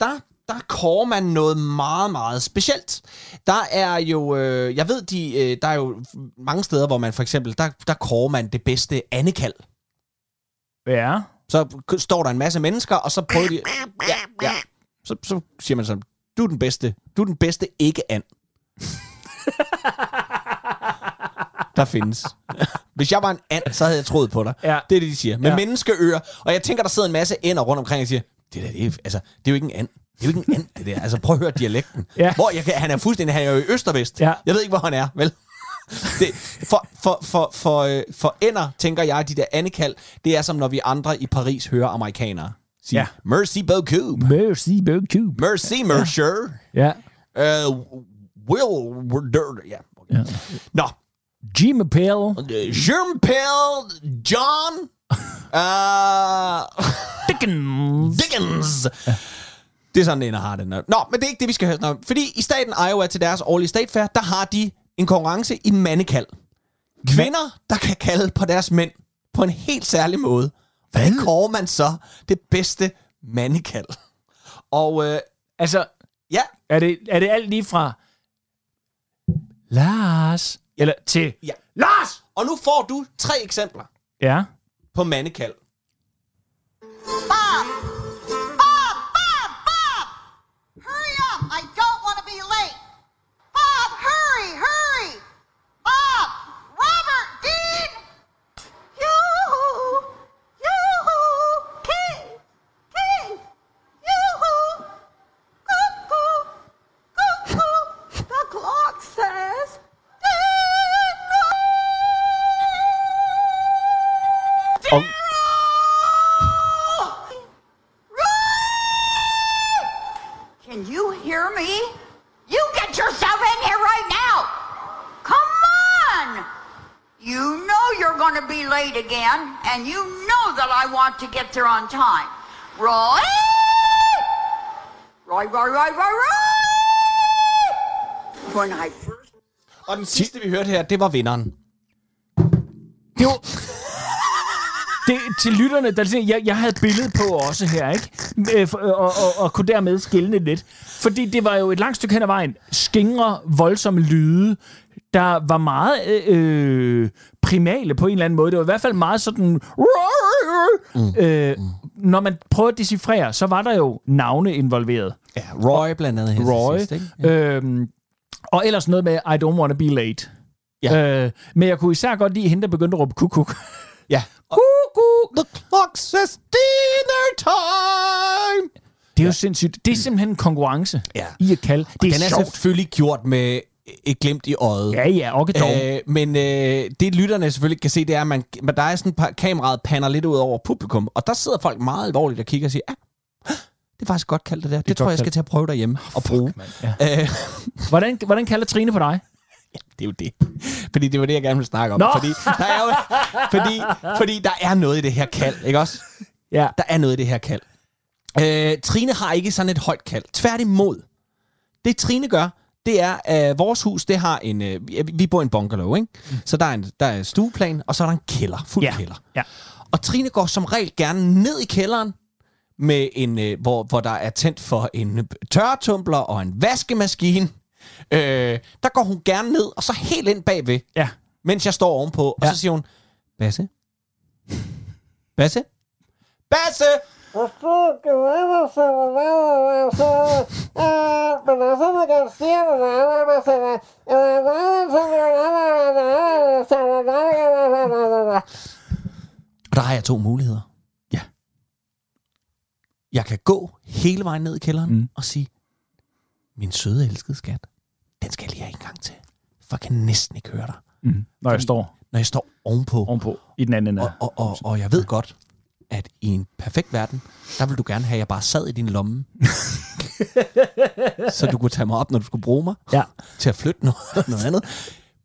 [SPEAKER 3] der, der kårer man noget meget, meget specielt. Der er jo, øh, jeg ved, de, øh, der er jo mange steder, hvor man for eksempel, der, der kårer man det bedste andekald.
[SPEAKER 5] Ja.
[SPEAKER 3] Så k- står der en masse mennesker, og så prøver de... Ja, ja. Så, så siger man sådan, du er den bedste, du er den bedste
[SPEAKER 5] *laughs*
[SPEAKER 3] ikke-and. der findes. Hvis jeg var en and, så havde jeg troet på dig.
[SPEAKER 5] Ja.
[SPEAKER 3] Det er det, de siger. Med
[SPEAKER 5] Ja.
[SPEAKER 3] ja. menneskeører. Og jeg tænker, der sidder en masse ænder rundt omkring og siger, det der, det er, altså, det er jo ikke en and. Det er jo ikke en and, det der. Altså, prøv at høre dialekten.
[SPEAKER 5] Ja.
[SPEAKER 3] Hvor jeg, kan- han er fuldstændig, han er jo i øst og vest.
[SPEAKER 5] Ja.
[SPEAKER 3] Jeg ved ikke, hvor han er, vel? *laughs* Det, for, for, for, for, øh, for ender, tænker jeg, de der andekald, det er som når vi andre i Paris hører amerikanere
[SPEAKER 5] Ja.
[SPEAKER 3] sige, ja. Mercy beaucoup.
[SPEAKER 5] Mercy, Bergkub.
[SPEAKER 3] Mercy, Mercer.
[SPEAKER 5] Ja.
[SPEAKER 3] Ja. Uh, will, we're dirty. Ja. Okay. ja. Nå,
[SPEAKER 5] Jim Appel.
[SPEAKER 3] Jean-Paul John uh,
[SPEAKER 5] Dickens.
[SPEAKER 3] Dickens. Det er sådan, det ender har det. Nå, men det er ikke det, vi skal høre sådan om. Fordi i staten Iowa til deres årlige state fair, der har de en konkurrence i mandekald. Kvinder, der kan kalde på deres mænd på en helt særlig måde. Hvad kalder man så det bedste mandekald? Og øh,
[SPEAKER 5] Altså,
[SPEAKER 3] ja,
[SPEAKER 5] er det, er det alt lige fra Lars eller til...
[SPEAKER 3] ja. Lars! Og nu får du tre eksempler
[SPEAKER 5] Ja.
[SPEAKER 3] på mandekald.
[SPEAKER 8] Hurry up! I don't want to be late! Bob, hurry, hurry! Bob! Robert! Dean! Yoo-hoo! Yoo-hoo! King! King! Yoo-hoo! Cuckoo! Cuckoo! The clock says... Ding!
[SPEAKER 5] Og,
[SPEAKER 8] Can you hear me? You get yourself in here right now! Come on! You know you're gonna be late again, and you know that I want to get there on time. Roy! Roy, Roy, Roy, Roy, Roy! When I first
[SPEAKER 3] Og den sidste, vi hørte her, det var vinderen.
[SPEAKER 5] det var... Det, til lytterne, der siger, jeg, jeg havde et billede på også her, ikke? Øh, for- Og, og, og kunne dermed skille lidt. Fordi det var jo et langt stykke hen ad vejen skingre, voldsomme lyde, der var meget øh, øh, primale på en eller anden måde. Det var i hvert fald meget sådan... Mm. Øh, når man prøver at decifrere, så var der jo navne involveret.
[SPEAKER 3] Ja, Roy blandt andet her til
[SPEAKER 5] Roy.
[SPEAKER 3] sidst, ikke?
[SPEAKER 5] Øhm, og ellers noget med, I don't want to be late.
[SPEAKER 3] Ja.
[SPEAKER 5] Øh, men jeg kunne især godt lide hende, der begyndte at råbe kukuk.
[SPEAKER 3] Ja.
[SPEAKER 5] *laughs*
[SPEAKER 3] Cuckoo, the clock says dinner time!
[SPEAKER 5] Det er jo sindssygt. Det er simpelthen en konkurrence
[SPEAKER 3] Ja.
[SPEAKER 5] i at kalde. Det er,
[SPEAKER 3] Den er
[SPEAKER 5] sjovt.
[SPEAKER 3] selvfølgelig gjort med et glimt i øjet.
[SPEAKER 5] Ja, ja, og dog.
[SPEAKER 3] Øh, men øh, det lytterne selvfølgelig kan se, det er, at man, men der er sådan, pa- kameraet pander lidt ud over publikum, og der sidder folk meget alvorligt og kigger og siger, "Ah, ja, det er faktisk godt kaldt det der. Det, det tror
[SPEAKER 5] godt
[SPEAKER 3] jeg, jeg skal
[SPEAKER 5] kaldt.
[SPEAKER 3] til at prøve derhjemme og bruge.
[SPEAKER 5] ja.
[SPEAKER 3] Øh, *laughs*
[SPEAKER 5] Hvordan, hvordan kalder Trine på dig?
[SPEAKER 3] det er jo det. Fordi det var det, jeg gerne ville snakke om.
[SPEAKER 5] Nå!
[SPEAKER 3] Fordi der, er jo, fordi, fordi der er noget i det her kald, ikke også?
[SPEAKER 5] Ja.
[SPEAKER 3] Der er noget i det her kald. Øh, Trine har ikke sådan et højt kald. Tværtimod. Det Trine gør, det er, at øh, vores hus, det har en... Øh, vi- vi bor i en bungalow, ikke? Mm. Så der er, en, der er en stueplan, og så er der en kælder. Fuld
[SPEAKER 5] Ja.
[SPEAKER 3] kælder.
[SPEAKER 5] Ja.
[SPEAKER 3] Og Trine går som regel gerne ned i kælderen, med en, øh, hvor, hvor der er tændt for en tørretumbler og en vaskemaskine. Øh, der går hun gerne ned, og så helt ind bagved,
[SPEAKER 5] Ja.
[SPEAKER 3] mens jeg står ovenpå. Og
[SPEAKER 5] Ja.
[SPEAKER 3] så siger hun, Basse? Basse? Basse! Og der har jeg to muligheder. Ja. Jeg kan gå hele vejen ned i kælderen mm. og sige, min søde elskede skat, den skal jeg lige have en gang til. For jeg kan næsten ikke høre dig,
[SPEAKER 5] Når jeg står
[SPEAKER 3] Mm-hmm. når jeg står ovenpå.
[SPEAKER 5] ovenpå i den anden ende.
[SPEAKER 3] Og, og, og, og jeg ved
[SPEAKER 5] *laughs*
[SPEAKER 3] godt, at i en perfekt verden, der vil du gerne have, at jeg bare sad i din lomme. så du kunne tage mig op, når du skulle bruge mig,
[SPEAKER 5] Ja.
[SPEAKER 3] til at flytte noget, *laughs* noget andet.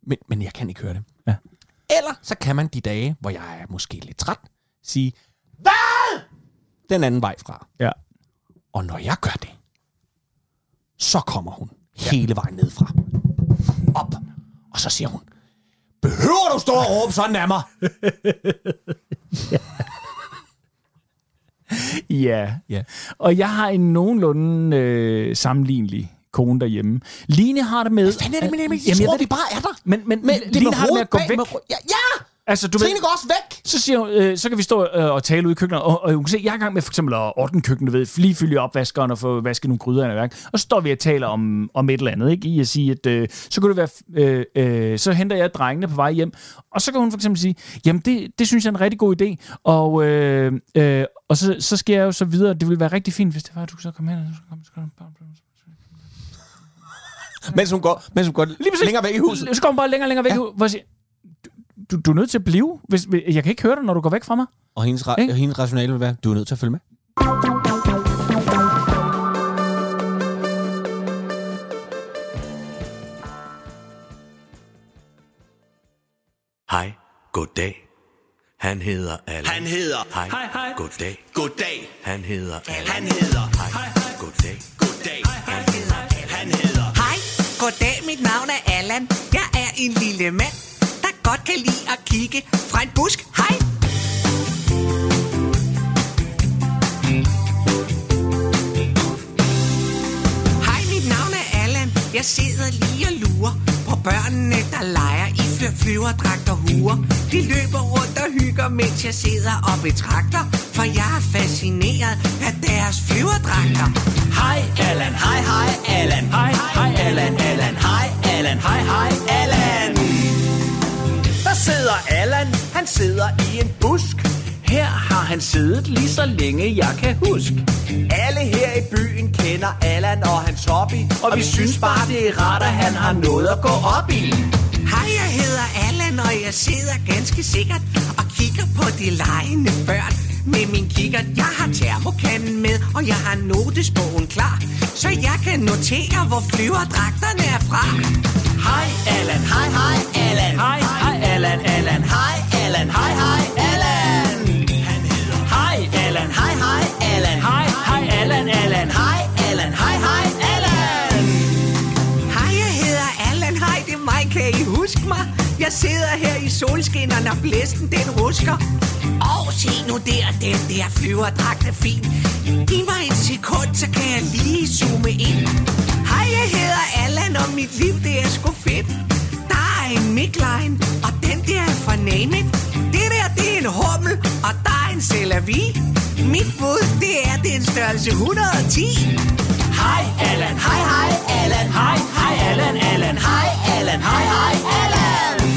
[SPEAKER 3] Men, men jeg kan ikke høre det.
[SPEAKER 5] Ja.
[SPEAKER 3] Eller så kan man de dage, hvor jeg er måske lidt træt, sige, hvad? Den anden vej fra.
[SPEAKER 5] Ja.
[SPEAKER 3] Og når jeg gør det, så kommer hun hele vejen nedfra. Op. Og så siger hun, behøver du stå og råbe sådan af mig? *laughs*
[SPEAKER 5] Ja. ja. Og jeg har en nogenlunde øh, sammenlignelig kone derhjemme. Line har det med... Hvad
[SPEAKER 3] fanden er det med det med- de tror, de bare er der.
[SPEAKER 5] Men, men, men
[SPEAKER 3] det er
[SPEAKER 5] Line
[SPEAKER 3] med
[SPEAKER 5] har det med at gå
[SPEAKER 3] hovedet
[SPEAKER 5] væk.
[SPEAKER 3] bag med ry- Ja, ja!
[SPEAKER 5] Altså, du
[SPEAKER 3] Trine går også væk!
[SPEAKER 5] Så, siger hun, øh, så kan vi stå øh, og tale ude i køkkenet, og, og hun kan se, jeg er i gang med for eksempel at ordne køkkenet, du ved, lige fylde opvaskeren og få vasket nogle gryder i værk. Og så står vi og taler om, om et eller andet, ikke? I at sige, at øh, så kunne det være, øh, øh, så henter jeg drengene på vej hjem, og så kan hun for eksempel sige, jamen det, det synes jeg er en rigtig god idé, og, øh, øh, og så, så skal jeg jo så videre, det ville være rigtig fint, hvis det var, at du så kom hen, og så kom, så kom,
[SPEAKER 3] Mens hun går, mens hun går lige længere væk i huset.
[SPEAKER 5] Så kommer bare længere og længere væk ja. ud. Hvor jeg siger, du, du er nødt til at blive. Hvis, jeg kan ikke høre dig, når du går væk fra mig.
[SPEAKER 3] Og hendes, ra- og hendes rationale vil være, du er nødt til at følge med.
[SPEAKER 13] Hej, goddag. Han hedder Allan.
[SPEAKER 14] Han hedder-
[SPEAKER 13] Hej,
[SPEAKER 14] Hej, hej.
[SPEAKER 13] Goddag.
[SPEAKER 14] Goddag.
[SPEAKER 13] Han hedder Allan.
[SPEAKER 14] Han hedder-
[SPEAKER 13] Hej, hej. Goddag.
[SPEAKER 14] Goddag. Han hedder. Han hedder.
[SPEAKER 15] Hej, goddag, mit navn er Allan. Jeg er en lille mand, der godt kan lide at kigge fra en busk. Hej! Hej, mit navn er Allan. Jeg sidder lige og lurer på børnene, der leger i fly- flyverdragt og huer. De løber rundt og hygger, mens jeg sidder og betragter, for jeg er fascineret af deres flyverdragter. Hej,
[SPEAKER 14] Allan, hej, hej, Allan. Hej, hej, Allan, Allan, hej, Allan, hej, hej, Allan. Der sidder Allan, han sidder i en busk. Her har han siddet lige så længe jeg kan huske. Alle her i byen kender Allan og hans hobby, og vi synes bare, det er rart, at han har noget at gå op i.
[SPEAKER 15] Hej, jeg hedder Allan, og jeg sidder ganske sikkert og kigger på de legende børn med min kikkert. Jeg har termokanden med, og jeg har notesbogen klar, så jeg kan notere, hvor flyverdragterne er fra. Hej,
[SPEAKER 14] Allan, hej, hej, Allan. Hej, hej, Allan, Allan, hej, Allan, hej, hej, Allan. Han hedder Hej, Allan, hej, hej, Allan. Hej, hej, Allan, Allan, hej, Allan, hej, hej, Allan.
[SPEAKER 15] Hej, jeg hedder Allan. Hej, det er mig. Kan I huske mig? Jeg sidder her i solskinner, når blæsten den rusker. Og se nu der, den der flyverdragt er fin. Giv mig et sekund, så kan jeg lige zoome ind. Hej, jeg hedder Allan, og mit liv, det er sgu fedt. Der er en midline, og den der er fra Name It. Det der, det er en hummel, og der er en celavi. Mit bud, det er, det er en størrelse 110. Hej,
[SPEAKER 14] Allan, hej, hej, Allan, hej, hej, Allan, Allan, hej, Allan, hej, hej, Allan.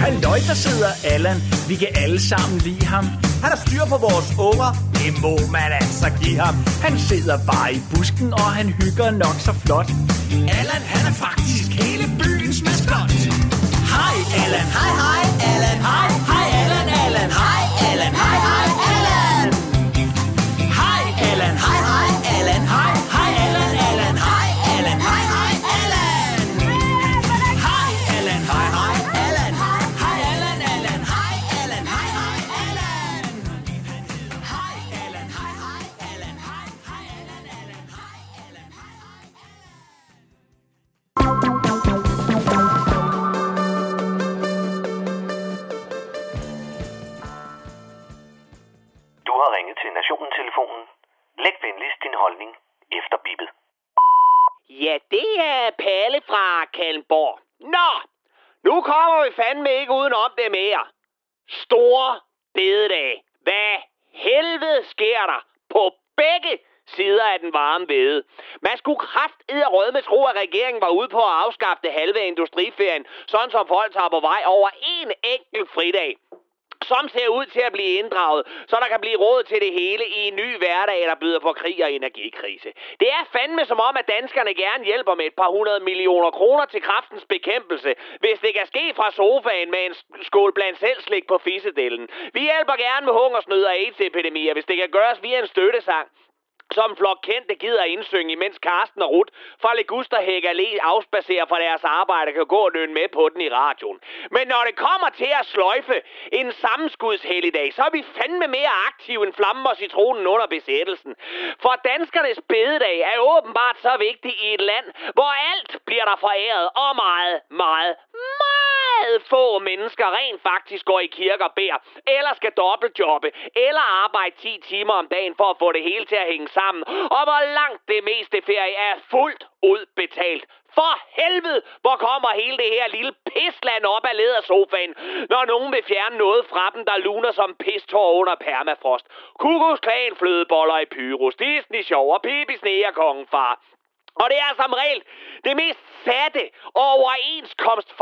[SPEAKER 14] Halløj, der sidder Allan. Vi kan alle sammen lide ham. Han har styr på vores unger. Det må man altså give ham. Han sidder bare i busken, og han hygger nok så flot. Allan, han er faktisk hele byens maskot. Hej, Allan. Hej, hej, Allan. Hej, hej, Allan, Allan. Hej, Allan. Hej, hej, Allan. Hej, Allan. Hej, hej, Allan. Hej, hej, Allan, Allan. Hej, Allan. Hej, hej, Allan. Hej, Allan. Hej, hej, Allan. Hej, Allan, Allan. Hej, Allan. Hej, hej, Allan. Hej, Allan. Hej, hej, Allan. Hej, hej, Allan, Allan. Hej, Allan. Hej, hej, Allan.
[SPEAKER 16] Du har ringet til Nationen-telefonen. Læg venligst din holdning efter bippet.
[SPEAKER 14] Ja, det er Palle fra Kalmborg. Nå, nu kommer vi fandme ikke udenom det mere. Store bededag. Hvad helvede sker der på begge sider af den varme bede? Man skulle kraft og rød med tro, at regeringen var ude på at afskaffe det halve af industriferien, sådan som folk tager på vej over en enkelt fridag som ser ud til at blive inddraget, så der kan blive råd til det hele i en ny hverdag, der byder på krig og energikrise. Det er fandme som om, at danskerne gerne hjælper med et par hundrede millioner kroner til kraftens bekæmpelse, hvis det kan ske fra sofaen med en skål blandt selv slik på fissedellen. Vi hjælper gerne med hungersnød og AIDS-epidemier, hvis det kan gøres via en støttesang som en flok kendte gider at indsynge, imens Karsten og Rut fra Legusterhæk Allé afspacerer fra deres arbejde og kan gå og nynne med på den i radioen. Men når det kommer til at sløjfe en sammenskudshelligdag, så er vi fandme mere aktive end flammen og citronen under besættelsen. For danskernes bededag er åbenbart så vigtig i et land, hvor alt bliver der foræret og meget, meget, meget få mennesker rent faktisk går i kirke og beder, eller skal dobbeltjobbe, eller arbejde 10 timer om dagen for at få det hele til at hænge sammen, og hvor langt det meste ferie er fuldt udbetalt. For helvede, hvor kommer hele det her lille pisland op af ledersofaen, når nogen vil fjerne noget fra dem, der luner som pistår under permafrost. Kukus klan flødeboller i pyrus, Disney sjov og Pippi Snea kongefar. Og det er som regel det mest satte og overenskomst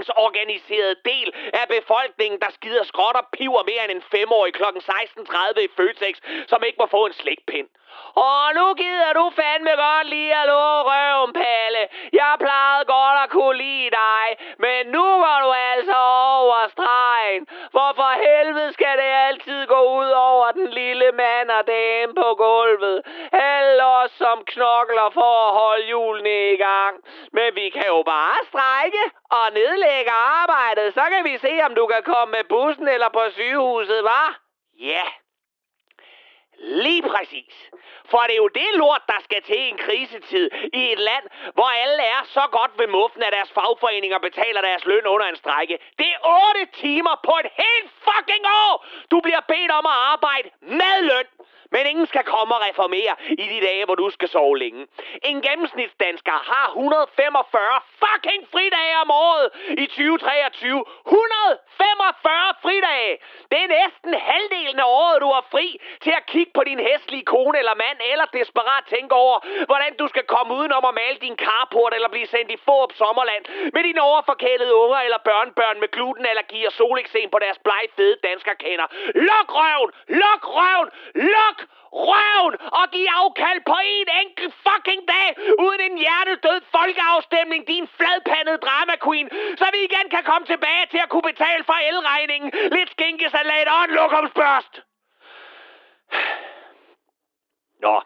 [SPEAKER 14] fagforeningsorganiserede del af befolkningen, der skider skråt og piver mere end en femårig kl. 16.30 i Føtex, som ikke må få en slikpind. Og nu gider du fandme godt lige at låge røven, Palle. Jeg plejede godt at kunne lide dig, men nu går du altså over stregen. For for helvede skal det altid gå ud over den lille mand og dame på gulvet. Alle os, som knokler for at holde julene i gang. Men vi kan jo bare strække og nedlægge arbejdet. Så kan vi se, om du kan komme med bussen eller på sygehuset, var? Ja. Lige præcis. For det er jo det lort, der skal til i en krisetid i et land, hvor alle er så godt ved muffen, at deres fagforeninger betaler deres løn under en strække. Det er 8 timer på et helt fucking år, du bliver bedt om at arbejde med løn. Men ingen skal komme og reformere i de dage, hvor du skal sove længe. En gennemsnitsdansker har 145 fucking fridage om året i 2023. 145 fridage! Det er næsten halvdelen af året, du har fri til at kigge på din hæslige kone eller mand, eller desperat tænke over, hvordan du skal komme udenom at male din carport eller blive sendt i Forup Sommerland med dine overforkælede unger eller børnebørn med glutenallergi og soleksem på deres blege fede danskerkender. Luk røven! Luk røven! Luk røven! Og giv afkald på en enkelt fucking dag uden en hjertedød folkeafstemning, din fladpandede drama queen, så vi igen kan komme tilbage til at kunne betale for elregningen, lidt skinkesalat og en lokumsbørst. Nå.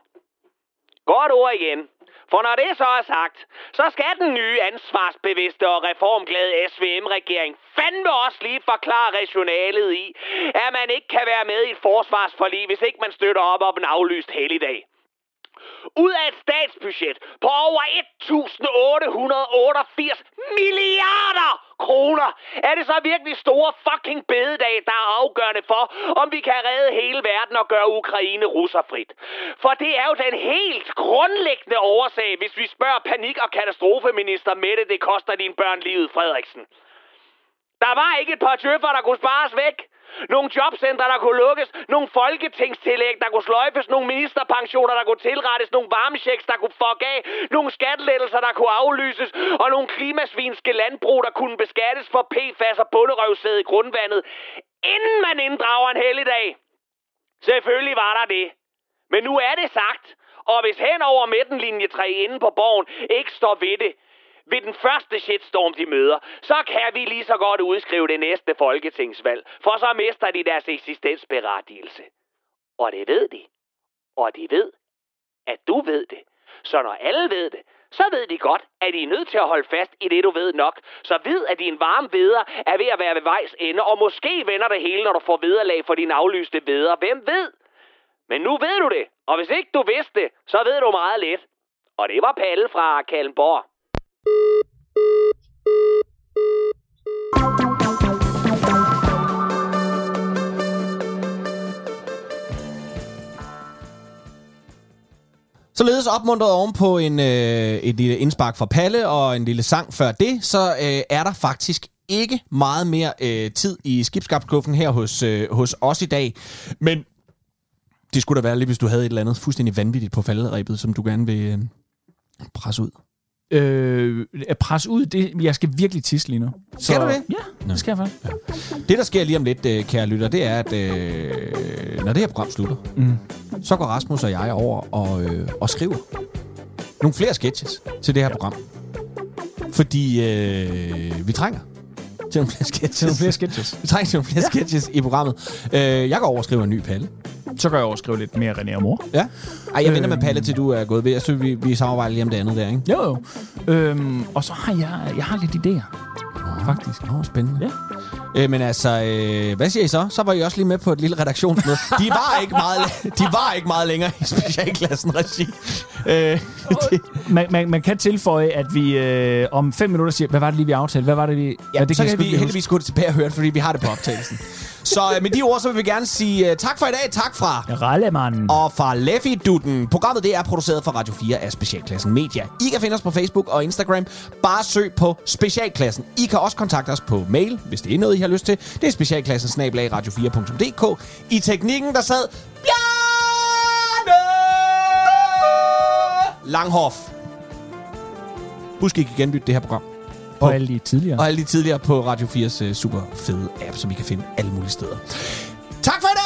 [SPEAKER 14] Godt ord igen. For når det så er sagt, så skal den nye ansvarsbevidste og reformglade SVM-regering fandme også lige forklare rationalet i, at man ikke kan være med i et forsvarsforlig, hvis ikke man støtter op om en aflyst helligdag. Ud af et statsbudget på over 1.888 milliarder kroner, er det så virkelig store fucking bededag, der er afgørende for, om vi kan redde hele verden og gøre Ukraine russerfrit. For det er jo den helt grundlæggende årsag, hvis vi spørger panik- og katastrofeminister Mette, det koster dine børn livet, Frederiksen. Der var ikke et par tøffer, der kunne spares væk. Nogle jobcentre, der kunne lukkes. Nogle folketingstillæg, der kunne sløjfes. Nogle ministerpensioner, der kunne tilrettes. Nogle varmechecks, der kunne fuck af. Nogle skattelettelser, der kunne aflyses. Og nogle klimasvinske landbrug, der kunne beskattes for PFAS og bunderøvsæde i grundvandet. Inden man inddrager en helligdag. Selvfølgelig var der det. Men nu er det sagt. Og hvis hen over midtenlinje 3 inde på borgen ikke står ved det, ved den første shitstorm, de møder, så kan vi lige så godt udskrive det næste folketingsvalg, for så mister de deres eksistensberettigelse. Og det ved de. Og de ved, at du ved det. Så når alle ved det, så ved de godt, at de er nødt til at holde fast i det, du ved nok. Så vid, at din varme veder er ved at være ved vejs ende, og måske vender det hele, når du får vederlag for dine aflyste veder. Hvem ved? Men nu ved du det, og hvis ikke du vidste det, så ved du meget lidt. Og det var Palle fra Kallenborg.
[SPEAKER 3] Således opmuntret oven på en, øh, et lille indspark fra Palle og en lille sang før det, så øh, er der faktisk ikke meget mere øh, tid i skibskabskuffen her hos, øh, hos os i dag. Men det skulle da være lige, hvis du havde et eller andet fuldstændig vanvittigt på falderæbet, som du gerne vil øh, presse ud.
[SPEAKER 5] Øh, at presse ud, det, jeg skal virkelig tisse lige nu.
[SPEAKER 3] Skal du det?
[SPEAKER 5] Ja, det skal jeg faktisk.
[SPEAKER 3] Det, der sker lige om lidt, øh, kære lytter, det er, at øh, når det her program slutter,
[SPEAKER 5] Mm.
[SPEAKER 3] så går Rasmus og jeg over og, øh, og skriver nogle flere sketches til det her program. Fordi øh, vi trænger til nogle flere sketches. Til
[SPEAKER 5] nogle flere sketches.
[SPEAKER 3] *laughs* Vi trænger til nogle flere ja. sketches i programmet. Øh, jeg går over og skriver en ny palle.
[SPEAKER 5] Så går jeg over og skriver lidt mere René og mor. Øh.
[SPEAKER 3] Ja. Ej, jeg venter med palle, til du er gået ved. Jeg synes, vi, vi samarbejder lige om det andet der, ikke?
[SPEAKER 5] Jo, jo. Øhm, og så har jeg, jeg har lidt idéer. faktisk.
[SPEAKER 3] Nå, spændende. Ja. Øh, men altså, øh, hvad siger I så? Så var I også lige med på et lille
[SPEAKER 5] *laughs*
[SPEAKER 3] redaktionsmøde. De var ikke meget, de var ikke meget længere i specialklassen regi. *laughs* Øh,
[SPEAKER 5] Man, man, man kan tilføje, at vi øh, om fem minutter siger, hvad var det lige, vi aftalte? Hvad var det, vi...
[SPEAKER 3] Ja,
[SPEAKER 5] det
[SPEAKER 3] det så
[SPEAKER 5] jeg
[SPEAKER 3] kan,
[SPEAKER 5] sgu
[SPEAKER 3] vi
[SPEAKER 5] ikke huske.
[SPEAKER 3] heldigvis gå tilbage og høre det, fordi vi har det på optagelsen. så øh, med de ord, så vil vi gerne sige øh, tak for i dag. Tak fra
[SPEAKER 5] Rallemann
[SPEAKER 3] og fra Leffy Dutten. Programmet det er produceret for Radio 4 af Specialklassen Media. I kan finde os på Facebook og Instagram. Bare søg på Specialklassen. I kan også kontakte os på mail, hvis det er noget, I har lyst til. Det er specialklassen radio4.dk. I teknikken, der sad Bjarne Langhoff. Husk, I kan genlytte det her program.
[SPEAKER 5] Og alle de tidligere.
[SPEAKER 3] Og alle de tidligere på Radio 4's øh, super fede app, som I kan finde alle mulige steder. Tak for i dag!